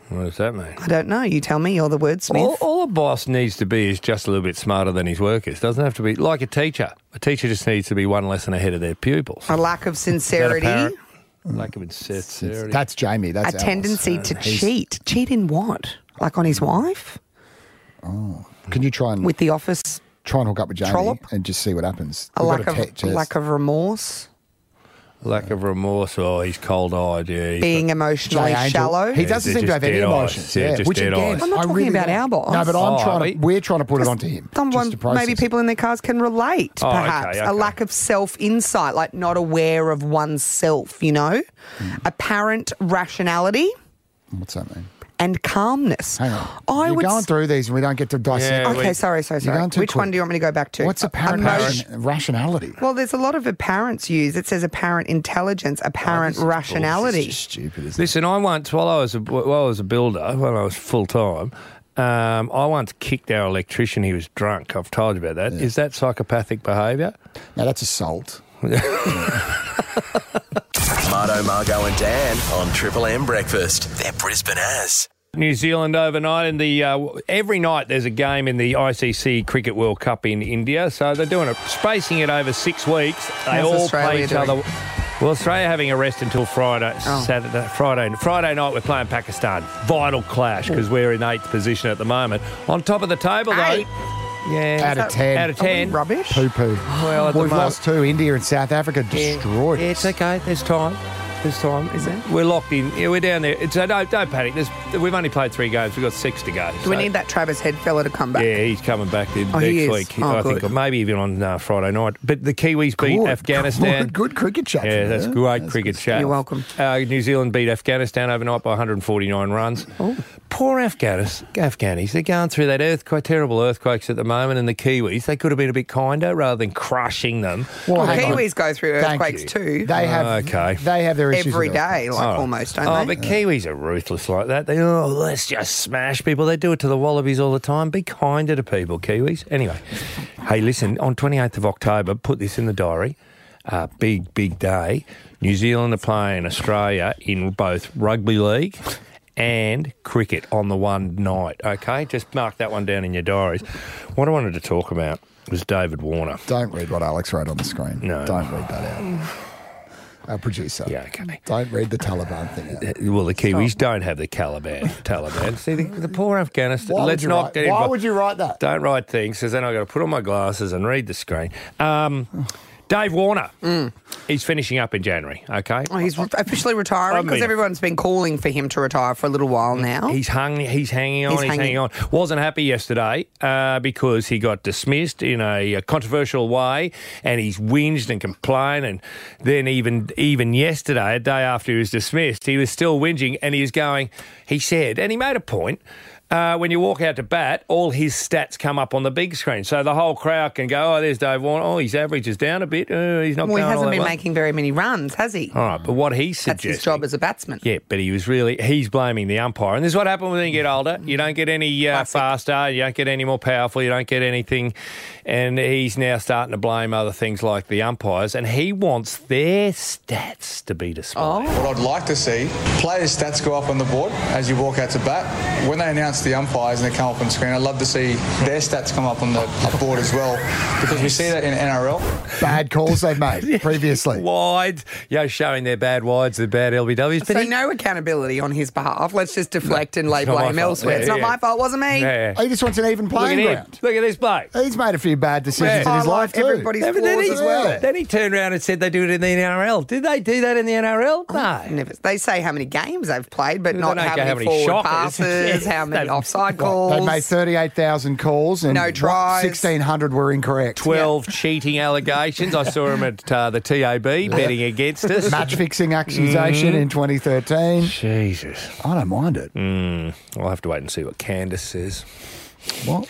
S4: What does that mean?
S6: I don't know. You tell me. You're the wordsmith.
S4: All, all a boss needs to be is just a little bit smarter than his workers. Doesn't have to be like a teacher. A teacher just needs to be one lesson ahead of their
S3: Oh.
S4: pupils.
S6: A lack of sincerity.
S4: apparent? Lack of sincerity.
S3: That's Jamie. That's
S6: a
S3: Alice. Uh,
S6: tendency to cheat. Cheat in what? Like on his wife?
S3: Can you try and
S6: with the office?
S3: Try and hook up with Jamie
S6: trollop?
S3: and just see what happens.
S6: A
S3: We've
S6: lack
S3: got
S6: of
S3: a te- test.
S6: lack of remorse.
S4: Lack of remorse. Oh, he's cold eyed. Yeah. he's
S6: Being
S4: got-
S6: emotionally Jay Angel. shallow.
S3: He doesn't
S4: they're
S3: seem to
S4: just
S3: have any
S4: dead eyes.
S3: emotions.
S4: They're
S3: Yeah,
S4: just
S3: which
S4: dead
S3: again,
S4: eyes.
S6: I'm not
S3: I
S6: talking
S3: really
S6: about
S3: don't-
S6: our boss.
S3: No, but I'm
S4: Oh,
S3: trying
S4: we-
S3: to. We're trying to put it onto him.
S6: Someone,
S3: just to process
S6: maybe
S3: it.
S6: people in their cars can relate,
S3: Oh, okay,
S6: perhaps.
S3: okay.
S6: A lack of self insight, like not aware of oneself, you know?
S3: Hmm.
S6: Apparent rationality
S3: What's that mean?
S6: and calmness. Hang
S3: on.
S6: I
S3: You're
S6: would.
S3: going
S6: s-
S3: through these, and we don't get to dissect.
S6: okay, sorry, sorry,
S3: You're
S6: sorry.
S3: going
S6: Which
S3: too
S6: one
S3: quick.
S6: do you want me to go back to? Uh,
S3: What's apparent
S6: Emotion-
S3: ration- rationality?
S6: Well, there's a lot of apparents used. It says apparent intelligence,
S3: Oh,
S6: apparent rationality.
S3: Stupid.
S4: Listen, I once, while I was a, while I was a builder, when I was full time, um, I once kicked our electrician. He was drunk. I've told you about that. Is that psychopathic behaviour?
S3: No, that's assault.
S2: Marto, Margo, and Dan on Triple M Breakfast. They're Brisbane as.
S4: New Zealand overnight, and the uh, every night there's a game in the ICC Cricket World Cup in India. So they're doing it, spacing it over six weeks. They
S6: How's
S4: all play
S6: Australia
S4: each
S6: doing?
S4: other. Well, Australia having a rest until Friday,
S6: Oh.
S4: Saturday, Friday, Friday night. We're playing Pakistan. Vital clash because we're in eighth position at the moment. On top of the table,
S6: Eight.
S4: though. Yeah,
S3: Out of ten. Oh,
S4: Out of ten.
S6: Rubbish.
S3: Poo poo.
S4: Well, at the
S3: we've
S4: moment-
S3: lost two. India and South Africa destroyed.
S4: Yeah, it's okay. There's time. There's time. Is
S6: there?
S4: We're locked in. Yeah, we're down there. It's, uh, don't, don't panic. There's, we've only played three games. We've got six to go.
S6: Do we
S4: so-
S6: need that Travis Head fella to come back?
S4: Yeah, he's coming back in
S6: Oh,
S4: next
S6: he is?
S4: week.
S6: Oh,
S4: I think
S6: good.
S4: maybe even on uh, Friday night. But the Kiwis beat
S3: Good.
S4: Afghanistan.
S3: Good, good cricket chat.
S4: Yeah,
S3: from
S4: that's
S3: there.
S4: great cricket chat.
S6: You're welcome.
S4: Uh, New Zealand beat Afghanistan overnight by 149 runs.
S6: Oh.
S4: Poor Afghanis, Afghanis. They're going through that earthquake, terrible earthquakes at the moment, and the Kiwis. They could have been a bit kinder rather than crushing them.
S3: Well,
S6: Well,
S3: hang on.
S6: Kiwis go through
S3: Thank
S6: earthquakes
S3: you.
S6: too.
S3: They have.
S4: Oh, Okay.
S3: They have their issues
S6: every
S3: with earthquakes.
S6: day, like
S4: Oh.
S6: almost, don't
S4: Oh,
S6: they?
S4: but Kiwis are ruthless like that. They oh, let's just smash people. They do it to the Wallabies all the time. Be kinder to people, Kiwis. Anyway, hey, listen. On twenty eighth of October, put this in the diary. Uh, big big day. New Zealand are playing Australia in both rugby league. And cricket on the one night. Okay, just mark that one down in your diaries. What I wanted to talk about was David Warner.
S3: Don't read what Alex wrote on the screen.
S4: No.
S3: Don't read that out. Our producer. Yeah,
S4: okay.
S3: Don't read the Taliban thing out.
S4: Well, the Kiwis don't have the Caliban, Taliban. See, the, the poor Afghanistan.
S3: Why
S4: let's
S3: would you
S4: not
S3: write-
S4: get
S3: Why
S4: involved.
S3: would you write that?
S4: Don't write things because then I've got to put on my glasses and read the screen. Um, Dave Warner,
S3: Mm.
S4: he's finishing up in January, okay?
S6: Oh, he's re- officially
S4: I
S6: retiring because
S4: mean-
S6: everyone's been calling for him to retire for a little while now.
S4: He's hung. He's hanging on. He's,
S6: Oh. He's
S4: hanging. on. Wasn't happy yesterday uh, because he got dismissed in a, a controversial way, and he's whinged and complained. And then even even yesterday, a day after he was dismissed, he was still whinging, and he was going. He said, and he made a point. Uh, when you walk out to bat, all his stats come up on the big screen, so the whole crowd can go, "Oh, there's Dave Warner. Oh, his average is down a bit. Uh, he's not
S6: well, he
S4: going all
S6: hasn't
S4: that
S6: been
S4: well."
S6: making very many runs, has he?
S4: All right, but what he
S6: That's his
S4: suggests.
S6: job as a batsman.
S4: Yeah, but he was really he's blaming the umpire, and this is what happens when you get older. You don't get any uh, faster, you don't get any more powerful, you don't get anything, and he's now starting to blame other things like the umpires, and he wants their stats to be displayed.
S3: Oh.
S17: What I'd like to see, players' stats go up on the board as you walk out to bat. When they announce stats to the umpires and they come up on screen. I'd love to see their stats come up on the up board as well because we see that in NRL.
S3: Bad calls they've made previously.
S4: Wides, yeah, showing their bad wides, their bad LBWs. But
S6: So no accountability on his behalf. Let's just deflect and lay
S4: it's not my
S6: blame
S4: fault.
S6: elsewhere.
S4: Yeah,
S6: it's not
S4: yeah.
S6: my fault. Wasn't me.
S4: Yeah, yeah.
S3: He just wants an even
S4: Look at
S3: playing
S4: him.
S3: ground.
S4: Look at this bloke.
S3: He's made a few bad decisions in
S4: Yeah.
S3: his life too.
S4: But then he- Then he turned around and said they do it in the NRL. Did they do that in the NRL? No.
S6: Never. They say how many games they've played, but
S4: They
S6: not
S4: don't
S6: how
S4: go
S6: many,
S4: how many
S6: forward
S4: shockers.
S6: passes,
S4: Yeah.
S6: how many
S4: They've-
S6: offside
S3: They
S6: calls.
S3: made 38,000 calls and
S6: No
S3: what,
S6: tries.
S3: 1,600 were incorrect.
S4: 12 cheating allegations. I saw him at uh, the TAB betting against us.
S3: Match fixing accusation
S6: Mm-hmm.
S4: Mhm.
S3: in 2013.
S4: Jesus.
S3: I don't mind it.
S4: Mm, I'll have to wait and see what Candace says.
S3: What?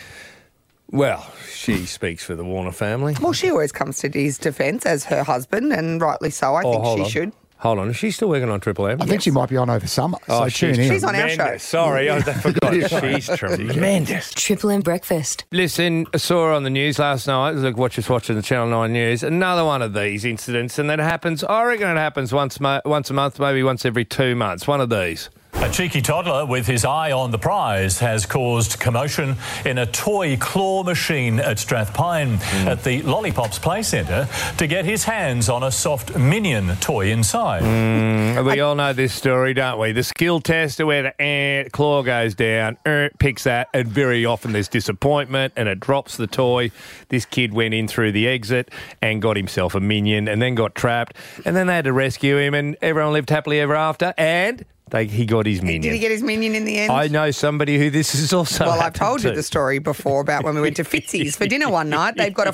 S4: Well, she speaks for the Warner family.
S6: Well, she always comes to his defence as her husband, and rightly so. I
S4: Oh,
S6: think
S4: hold
S6: she
S4: on.
S6: should.
S4: Hold on. Is she still working on Triple M? Oh,
S3: I think she might be on over summer. so tune in.
S6: Oh, She's on our
S4: tremendous.
S6: show.
S4: Sorry, I forgot. She's tremendous.
S10: Triple M breakfast.
S4: Listen, I saw her on the news last night. Look, watch us watching the Channel Nine News. Another one of these incidents, and that happens. I reckon it happens once, mo- once a month, maybe once every two months. One of these.
S18: A cheeky toddler with his eye on the prize has caused commotion in a toy claw machine at Strathpine at the Lollipops Play Centre to get his hands on a soft minion toy inside.
S4: Mm, we all know this story, don't we? The skill tester where the eh, claw goes down, er, picks that, and very often there's disappointment and it drops the toy. This kid went in through the exit and got himself a minion and then got trapped. And then they had to rescue him and everyone lived happily ever after and they, he got his minion.
S6: Did he get his minion in the end?
S4: I know somebody who this is also.
S6: well, I've
S4: happened
S6: told you
S4: to.
S6: the story before about when we went to Fitzy's for dinner one night. They've got a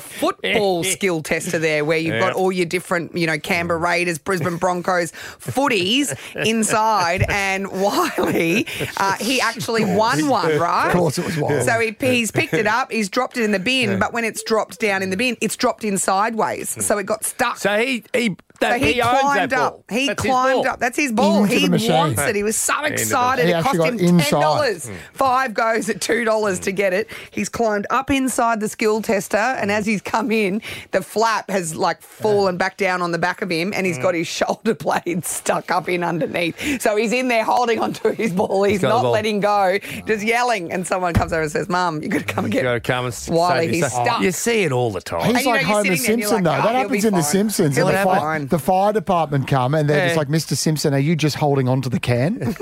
S6: football skill tester there where you've got
S4: Yeah.
S6: all your different, you know, Canberra Raiders, Brisbane Broncos footies inside. And Wiley, uh, he actually won one, right?
S3: Of course it was Wiley.
S6: So he, he's picked it up, he's dropped it in the bin, but when it's dropped down in the bin, it's dropped in sideways. So it got stuck.
S4: So he he,
S6: So
S4: that,
S6: he,
S4: he owns
S6: climbed
S4: that ball.
S6: up. He
S4: That's his
S6: climbed
S4: ball.
S6: up. That's his ball.
S4: Into
S6: he
S4: the machine.
S6: wants it. He was so
S4: Into the-
S6: excited.
S4: He
S6: it cost
S4: actually
S6: him
S4: got
S6: ten
S4: inside.
S6: dollars.
S4: Mm.
S6: Five goes at two dollars to get it. He's climbed up inside the skill tester, and
S4: Hmm.
S6: as he's come in, the flap has like fallen back down on the back of him, and he's
S4: Hmm.
S6: got his shoulder blade stuck up in underneath. So he's in there holding onto his ball. He's,
S4: got the
S6: not
S4: ball.
S6: letting go, just yelling. And someone comes over and says, "Mum, you got to come and get."
S4: Gotta come and s-
S6: Wiley,
S4: save
S6: he's
S4: yourself.
S6: stuck.
S4: You see it all the time.
S3: He's
S6: And you
S3: like
S6: know, you're
S3: Homer
S6: sitting there and you're
S3: Simpson,
S6: like,
S3: though.
S6: "Oh,
S3: That
S6: he'll
S3: happens
S6: be
S3: in The
S6: fine.
S3: Simpsons.
S6: He'll
S3: and
S6: be
S3: the, fi-
S6: fine.
S3: the fire department come and they're just
S6: Yeah.
S3: like, Mr. Simpson, are you just holding on to the can?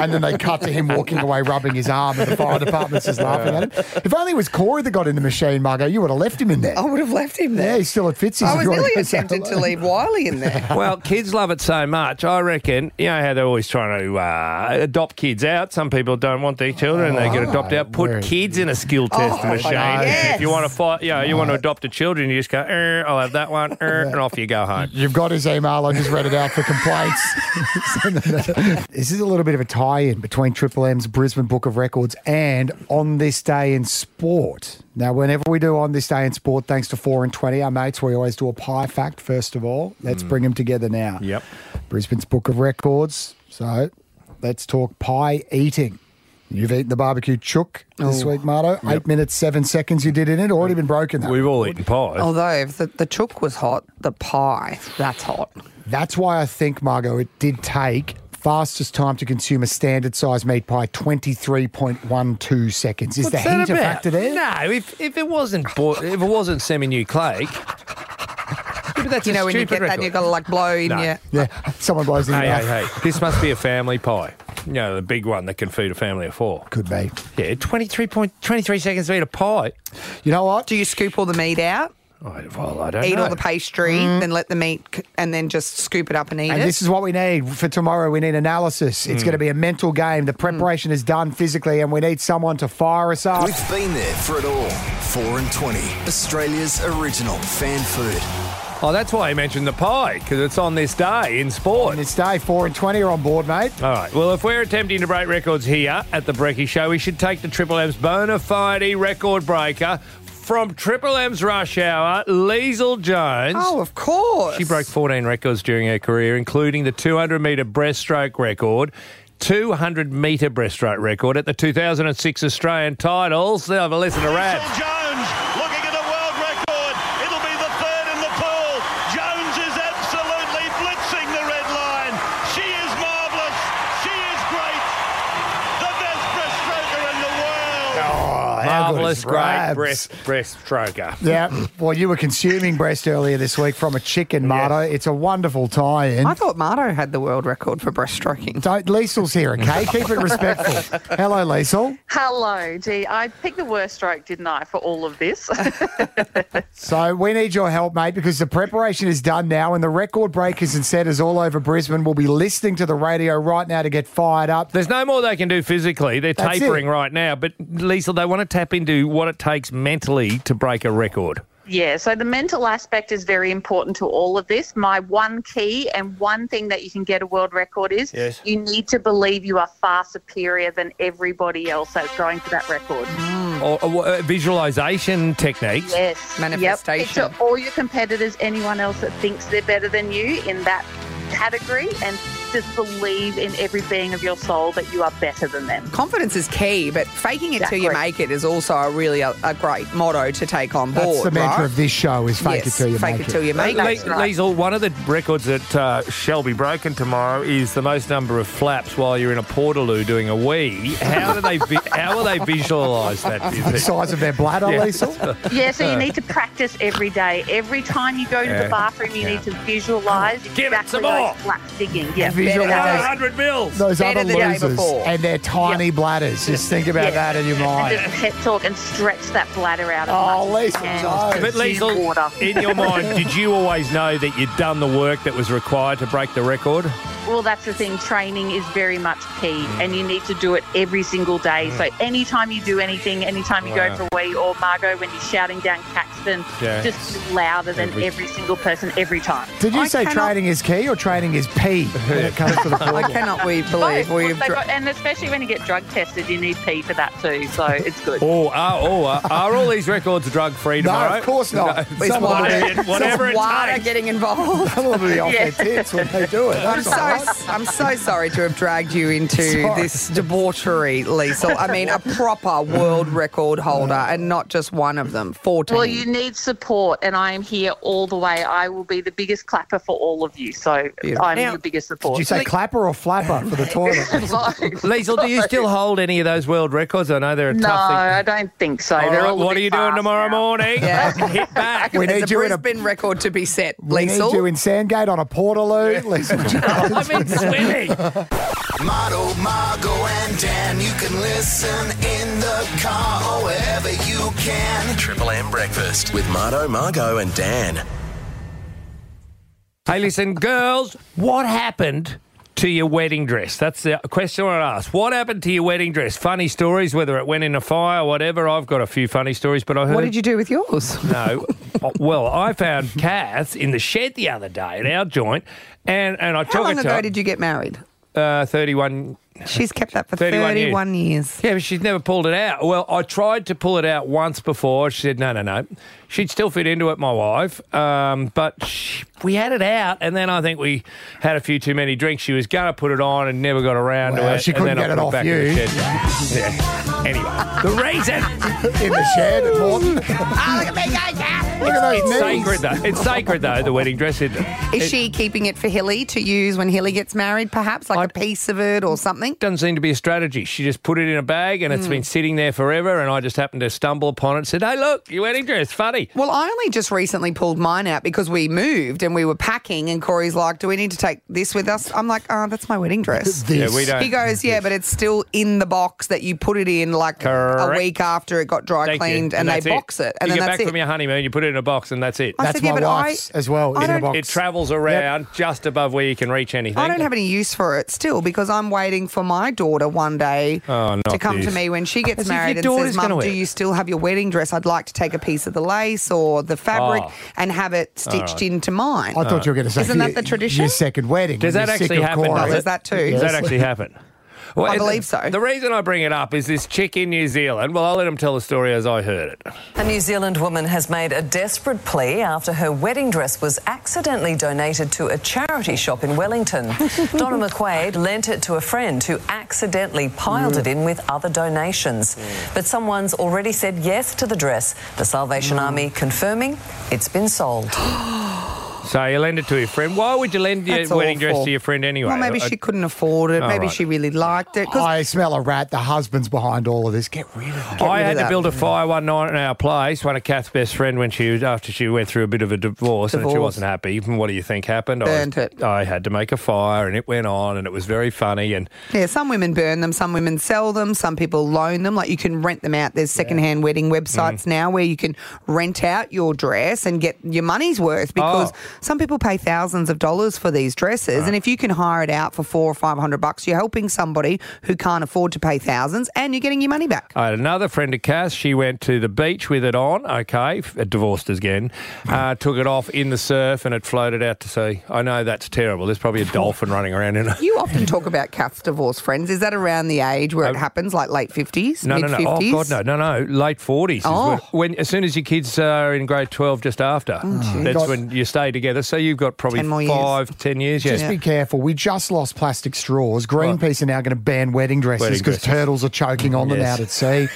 S3: and then they cut to him walking away, rubbing his arm, and the fire department's just laughing at him. If only it was Corey that got in the machine, Margot, you would have left him in there. I
S6: would have left him there.
S3: Yeah, he's still at Fitzy's.
S6: I
S3: if
S6: was
S3: you wanna
S6: nearly
S3: go say
S6: tempted to
S3: hello.
S6: leave Wiley in there.
S4: well, kids love it so much. I reckon, you know how they're always trying to uh, adopt kids out. Some people don't want their children, they get adopted out. Put kids in a skill test
S6: Oh,
S4: machine.
S6: yes.
S4: If you want to fight, you know, you want to adopt a children, you just go, er, I'll have that one, er, and off you go home.
S3: You've got his email. I just read it out for complaints. this is a little bit of a tie-in between Triple M's Brisbane Book of Records and On This Day in Sport. Now, whenever we do On This Day in Sport, thanks to Four and Twenty, our mates, we always do a pie fact first of all. Let's 'em bring them together now. Mm. Yep. Brisbane's Book of Records. So, let's talk pie eating. You've eaten the barbecue chook this
S6: Oh.
S3: week, Marto. Eight minutes, seven seconds you did in it. Already been broken, though.
S4: We've all eaten pie.
S6: Although if the, the chook was hot, the pie, that's hot.
S3: That's why I think, Margot, it did take fastest time to consume a standard size meat pie 23.12 seconds. Is
S4: What's
S3: the heat
S4: that
S3: a
S4: about?
S3: factor there?
S4: No, if, if it wasn't bo- if it wasn't semi-nucleic, that's
S6: you
S4: a
S6: know when you
S4: stupid
S6: get that and
S4: record.
S6: you've got to like blow in
S4: No.
S6: your
S3: Yeah, someone blows in
S4: hey,
S3: your
S4: hey, hey, this must be a family pie. You know, the big one that can feed a family of four.
S3: Could be.
S4: Yeah, 23, point, 23 seconds to eat a pie.
S3: You know what?
S6: Do you scoop all the meat out?
S4: I, well, I don't
S6: eat
S4: know.
S6: all the pastry, then let the meat, c- and then just scoop it up and eat
S3: Mm. And
S6: it.
S3: this is what we need for tomorrow. We need analysis. It's
S4: Hmm.
S6: Mm.
S3: going to be a mental game. The preparation is done physically, and we need someone to fire us up.
S2: We've been there for it all. 4 and 20, Australia's original fan food.
S4: Oh, that's why I mentioned the pie, because it's on this day in sport.
S3: It's day 4 and 20 are on board, mate.
S4: All right. Well, if we're attempting to break records here at the Brecky Show, we should take the Triple M's bona fide record breaker from Triple M's Rush Hour, Liesl Jones.
S6: Oh, of course.
S4: She broke 14 records during her career, including the 200 metre breaststroke record. 200 metre breaststroke record at the 2006 Australian titles. Now Have a listen to Rad.
S1: Jones looking at a world record. It'll be the third in the pool. Jones is absolutely blitzing the red line. She is marvellous. She is great. The best breaststroker in the
S4: Alice Gray
S3: Rabs.
S4: breast breaststroker.
S3: Yeah. Well, you were consuming breast earlier this week from a chicken, Marto. It's a wonderful tie-in.
S6: I thought Marto had the world record for breaststroking.
S3: Don't, Liesel's here, okay? Keep it respectful. Hello, Liesel.
S19: Hello, gee, I picked the worst stroke, didn't I, for all of this?
S3: So we need your help, mate, because the preparation is done now, and the record breakers and setters all over Brisbane will be listening to the radio right now to get fired up.
S4: There's no more they can do physically. They're
S3: That's it.
S4: tapering right now. But, Lisa, they want to tap into what it takes mentally to break a record.
S19: yeah, so the mental aspect is very important to all of this. My one key and one thing that you can get a world record is
S4: Yes.
S19: you need to believe you are far superior than everybody else that's going for that record.
S4: Or, or, uh, visualization techniques.
S19: Yes. Manifestation. Yep. It's to all your competitors, anyone else that thinks they're better than you in that category, and just believe in every being of your soul that you are better than them.
S6: Confidence is key, but faking it till you make it is also a really a, a great motto to take on board.
S3: That's the mantra
S6: right?
S3: of this show: is fake
S6: Yes,
S3: it till you
S6: fake
S3: make
S6: it
S3: it.
S6: till you make it.
S4: Lee- Liesl, one of the records that uh, shall be broken tomorrow is the most number of flaps while you're in a portaloo doing a wee. How do they vi- how will they visualise that? do you
S3: The
S4: think?
S3: size of their bladder,
S4: Yeah.
S3: Liesl.
S19: Yeah, so you need to practice every day. Every time you go to
S4: Uh, Yeah.
S19: the bathroom, you
S4: Yeah.
S19: need to visualize
S4: Give it
S19: exactly
S4: some more.
S19: those flaps digging. Yeah,
S3: Visualise
S4: Ah, bills.
S3: Those
S19: Better
S3: other
S19: the day
S3: losers
S19: before.
S3: and their tiny bladders. Just think about
S19: Yeah.
S3: that in your
S19: And
S3: mind.
S19: just pep talk and stretch that bladder out.
S3: Oh,
S19: least
S3: Lisa Jones.
S4: But Liesl, in your mind, did you always know that you'd done the work that was required to break the record?
S19: Well, that's the thing. Training is very much key, and you need to do it every single day.
S4: Mm.
S19: So, anytime you do anything, anytime you
S4: Wow.
S19: go for a wee or Margot, when you're shouting down Caxton,
S3: Yeah.
S19: just be louder than
S3: Every-
S19: every, single person every time.
S3: Did you say training is key or training is pee when it comes to the portal?
S6: we
S19: Both, because they got- and especially when you get drug tested, you need pee for that too. So it's good.
S4: Oh, are, oh, are, are all these records drug free
S3: No,
S4: tomorrow?
S3: of course not.
S4: No. whatever, it- whatever it
S6: water
S4: takes.
S6: getting involved.
S3: Some of the off their tits when they do it.
S6: I'm
S3: That's
S6: so,
S3: all right.
S6: I'm so sorry to have dragged you into
S3: Sorry.
S6: this debauchery, Liesl. I mean, a proper world record holder and not just one of them, 14.
S19: Well, you need support, and I am here all the way. I will be the biggest clapper for all of you. So I'm
S4: Now-
S19: your biggest
S3: Did
S19: support.
S3: you say clapper or flapper for the toilet?
S4: Liesl, do you still hold any of those world records? I know they're a
S19: No,
S4: tough thing.
S19: I don't think so.
S4: All
S19: They're
S4: right,
S19: all a
S4: what are
S19: bit
S4: you doing
S19: fast
S4: tomorrow
S19: now.
S4: morning?
S6: Yeah.
S4: Hit back.
S6: we
S3: need
S6: There's a
S3: you in a-
S6: Brisbane record to be set,
S3: We need
S6: Liesl.
S3: you in Sandgate on a portaloo. Liesl Jones.
S8: Motto, Margo, and Dan. You can listen in the car or wherever you can.
S2: Triple M breakfast with Marto, Margo, and Dan.
S4: Hey, listen, girls, what happened to your wedding dress? That's the question I want to ask. What happened to your wedding dress? Funny stories, whether it went in a fire, whatever. I've got a few funny stories, but I heard.
S6: What did you do with yours?
S4: No. Oh, well, I found Kath in the shed the other day at our joint, and, and I
S6: How
S4: took
S6: long
S4: it
S6: ago
S4: to
S6: did you get married?
S4: uh, 31.
S6: She's kept that for
S4: 31 years.
S6: 31 years.
S4: Yeah, but she's never pulled it out. Well, I tried to pull it out once before. She said, no, no, no. She'd still fit into it, my wife. Um, but she, we had it out, and then I think we had a few too many drinks. She was going to put it on and never got around
S3: Well,
S4: to it.
S3: she
S4: and
S3: couldn't
S4: then I
S3: get it
S4: put
S3: off
S4: back
S3: you.
S4: In the shed. yeah. Anyway, the reason.
S3: in the shed at
S6: Oh,
S3: Morton. Look at those
S4: It's
S3: knees.
S4: sacred, though. It's sacred, though, the wedding dress, isn't it?
S6: Is
S4: It
S6: she keeping it for Hilly to use when Hilly gets married, perhaps, like a piece of it or something?
S4: Doesn't seem to be a strategy. She just put it in a bag and it's
S6: Hmm.
S4: been sitting there forever. And I just happened to stumble upon it and said, hey, look, your wedding dress, funny.
S6: Well, I only just recently pulled mine out because we moved and we were packing, and Corey's like, "Do we need to take this with us?" I'm like, "Oh, that's my wedding dress."
S4: This. Yeah, we don't-
S6: He goes, "Yeah, but it's still in the box that you put it in like a
S4: Correct.
S6: week after it got dry
S4: Thank you.
S6: cleaned, and,
S4: that's
S6: they box it, and
S4: you
S6: then
S4: get
S6: that's
S4: back
S6: it."
S4: from your honeymoon, you put it in a box, and that's it.
S6: I
S3: That's
S6: said, yeah,
S3: my
S6: but I-
S3: wife's as well.
S6: I
S3: It's in a
S6: don't-
S3: box.
S4: It travels around just above where you can reach anything.
S6: I don't have any use for it still because I'm waiting for my daughter one day
S4: Oh, not
S6: to come to
S4: this.
S6: me when she gets
S4: As if your
S6: married and
S4: daughter's
S6: says,
S4: gonna
S6: Mum,
S4: wear
S6: do
S4: it."
S6: you still have your wedding dress? I'd like to take a piece of the lace or the fabric
S4: Oh.
S6: and have it stitched
S4: right.
S6: into mine.
S3: I thought you were going to say
S6: Isn't that
S3: your-
S6: the tradition?
S3: Your second wedding.
S4: Does that
S3: You're sick
S4: actually
S3: of
S4: happen?
S3: Cora.
S4: does it? Does that
S6: Yes.
S4: actually happen? Well,
S6: I
S4: it-
S6: believe so.
S4: The reason I bring it up is this chick in New Zealand. Well, I'll let him tell the story as I heard it.
S10: A New Zealand woman has made a desperate plea after her wedding dress was accidentally donated to a charity shop in Wellington. Donna McQuaid lent it to a friend who accidentally piled it in with other donations. But someone's already said yes to the dress, the Salvation Army confirming it's been sold.
S4: So you lend it to your friend. Why would you lend your
S6: That's
S4: wedding dress
S6: awful.
S4: to your friend anyway?
S6: Well, maybe
S4: I-
S6: she couldn't afford it.
S4: All
S6: maybe
S4: right.
S6: she really liked it. 'Cause-
S3: I smell a rat. The husband's behind all of this. Get rid of that.
S4: I had to build a fire one night in our place. One of Kath's best friend when she was after she went through a bit of a divorce, and she
S6: Divorce.
S4: wasn't happy. Even what do you think happened?
S6: Burnt
S4: I, was- I had to make a fire, and it went on, and it was very funny. And
S6: Yeah, some women burn them, some women sell them, some people loan them. Like you can rent them out. There's secondhand wedding
S4: Mm.
S6: websites now where you can rent out your dress and get your money's worth because
S4: Oh.
S6: some people pay thousands of dollars for these dresses. And if you can hire it out for four or five hundred bucks, you're helping somebody who can't afford to pay thousands and you're getting your money back.
S4: I had another friend of Kath. She went to the beach with it on. Okay, f- divorced again. Uh, took it off in the surf, and it floated out to sea. I know that's terrible. There's probably a dolphin running around in it.
S6: You often talk about Kath's divorce friends. Is that around the age where it happens, like late 50s,
S4: Oh. No,
S6: mid
S4: no,
S6: 50s?
S4: no. Oh, God, no, no, no. Late forties.
S6: Oh.
S4: When, as soon as your kids are in grade twelve, just after,
S3: gee.
S4: that's
S3: Got-
S4: when you stay together. So you've got probably
S3: 10 more years.
S4: five, ten years. Yeah.
S3: Just be careful. We just lost plastic straws. Greenpeace are now going to ban wedding dresses
S4: Wedding
S3: because
S4: dresses.
S3: turtles are choking on them
S4: Yes.
S3: out at sea.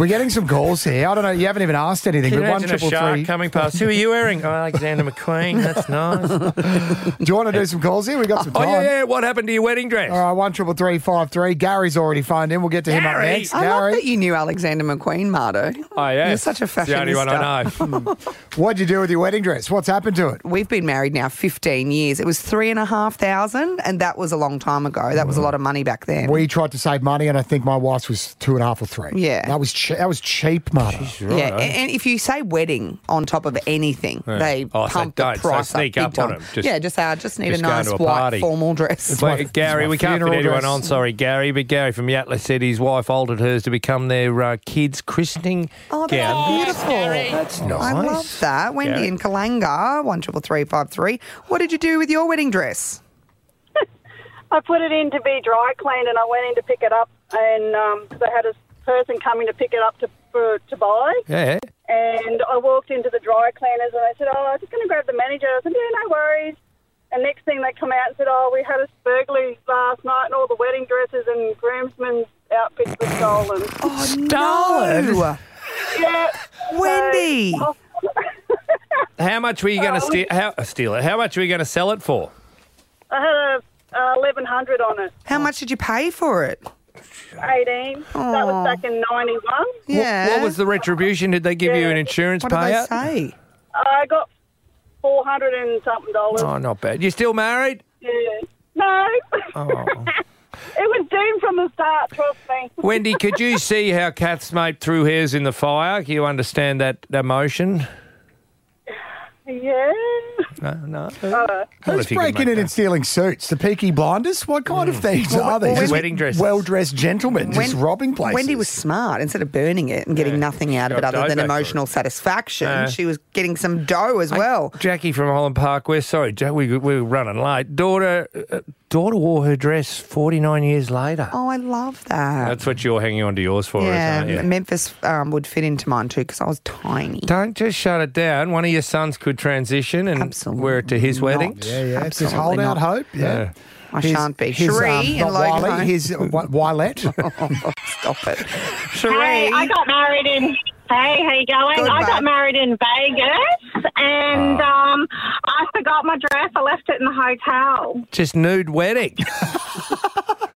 S3: We're getting some calls here. I don't know. You haven't even asked anything.
S4: Can you
S3: but one
S4: imagine a
S3: triple
S4: shark
S3: three.
S4: coming past? Who are you wearing? Oh, Alexander McQueen. That's nice.
S3: Do you want to do some calls here? We got some
S4: Oh
S3: time.
S4: yeah, yeah. What happened to your wedding dress?
S3: All right, one triple three five three. Gary's already phoned in. We'll get to him up
S4: Gary?
S3: next.
S6: I
S3: Gary,
S6: love that you knew Alexander McQueen, Mardo.
S4: Oh yeah.
S6: You're such a
S4: It's The only one I know.
S3: what'd you do with your wedding dress? What's happened to it?
S6: We've been married now 15 years. It was three and a half thousand, and that was a long time ago. That was
S4: Mm.
S6: a lot of money back then.
S3: We tried to save money, and I think my wife's was two and a half or three.
S6: Yeah.
S3: that was che- that was cheap money.
S6: yeah, a- and if you say wedding on top of anything,
S3: Yeah.
S6: they
S3: Oh, so
S6: pump the
S3: don't, so
S6: price
S4: sneak
S6: up,
S4: up
S6: big
S4: on
S6: time.
S4: 'em. Just-
S6: yeah, just say I just need
S4: just
S6: a
S4: going
S6: nice
S4: to a
S6: white
S4: party.
S6: formal dress.
S4: Wait, Gary, we can't put anyone on. Sorry, Gary, but Gary from Yatla said his wife altered hers to become their uh, kids' christening
S6: Oh, that's
S4: gown.
S6: beautiful. That's
S4: nice.
S6: I love that. Wendy
S4: Gary.
S6: in Kalanga, one triple three five three. What did you do with your wedding dress?
S20: I put it in to be dry cleaned, and I went in to pick it up, and um, 'cause I had a person coming to pick it up to for, to buy.
S4: Yeah.
S20: And I walked into the dry cleaners, and I said, "Oh, I'm just going to grab the manager." I said, "Yeah, no worries." And next thing they come out and said, "Oh, we had a burglary last night, and all the wedding dresses and groomsmen's outfits were stolen." Oh,
S4: Stolen? no.
S20: Yeah,
S6: Wendy.
S20: So,
S4: How much were you going to steal? How, uh, steal it? How much were you going to sell it for?
S20: I had a uh, eleven hundred on it,
S6: How much did you pay for it?
S20: eighteen. That was back in ninety one.
S4: Wh- What, was the retribution? Did they give you an insurance
S20: What did they
S4: payout?
S6: say?
S20: I got four hundred and something dollars.
S4: Oh, not bad. You still married?
S20: Yeah. No.
S4: Oh.
S20: It was doomed from the start, trust me.
S4: Wendy, could you see how Kath's mate threw hairs in the fire? You understand that emotion?
S20: Yeah.
S4: No, no.
S20: Uh,
S4: What
S3: Who's
S4: if you could make
S3: breaking in and stealing suits? The Peaky Blinders? What kind of thieves
S6: Well,
S3: are
S6: well,
S3: these?
S6: Wendy- Wedding dresses.
S3: Well dressed gentlemen just
S6: Wen-
S3: robbing places.
S6: Wendy was smart. Instead of burning it and getting nothing out of it
S4: got
S6: other
S4: dough
S6: than
S4: back for
S6: emotional satisfaction,
S4: Yeah.
S6: she was getting some dough as well.
S4: Jackie from Holland Park West. Sorry, Jack, we, we're running late. Daughter, uh, daughter wore her dress 49 years later.
S6: Oh, I love that.
S4: That's what you're hanging on to yours for,
S6: yeah,
S4: isn't it? Yeah.
S6: Memphis um, would fit into mine too because I was tiny.
S4: Don't just shut it down. One of your sons could transition and wear it to his wedding.
S3: Yeah, yeah. It's just hold
S4: Absolutely
S3: out
S4: not.
S3: hope. Yeah.
S6: I
S3: His-
S6: shan't be.
S3: his, um,
S6: Sheree in
S3: not
S6: Logan
S3: Wiley,
S6: Home.
S3: His uh, what, Wylet.
S6: Stop it.
S20: Hey,
S14: I got married in. Hey, how you going?
S20: Good,
S14: I
S20: babe.
S14: got married in Vegas, and um, I forgot my dress. I left it in the hotel.
S4: Just nude wedding.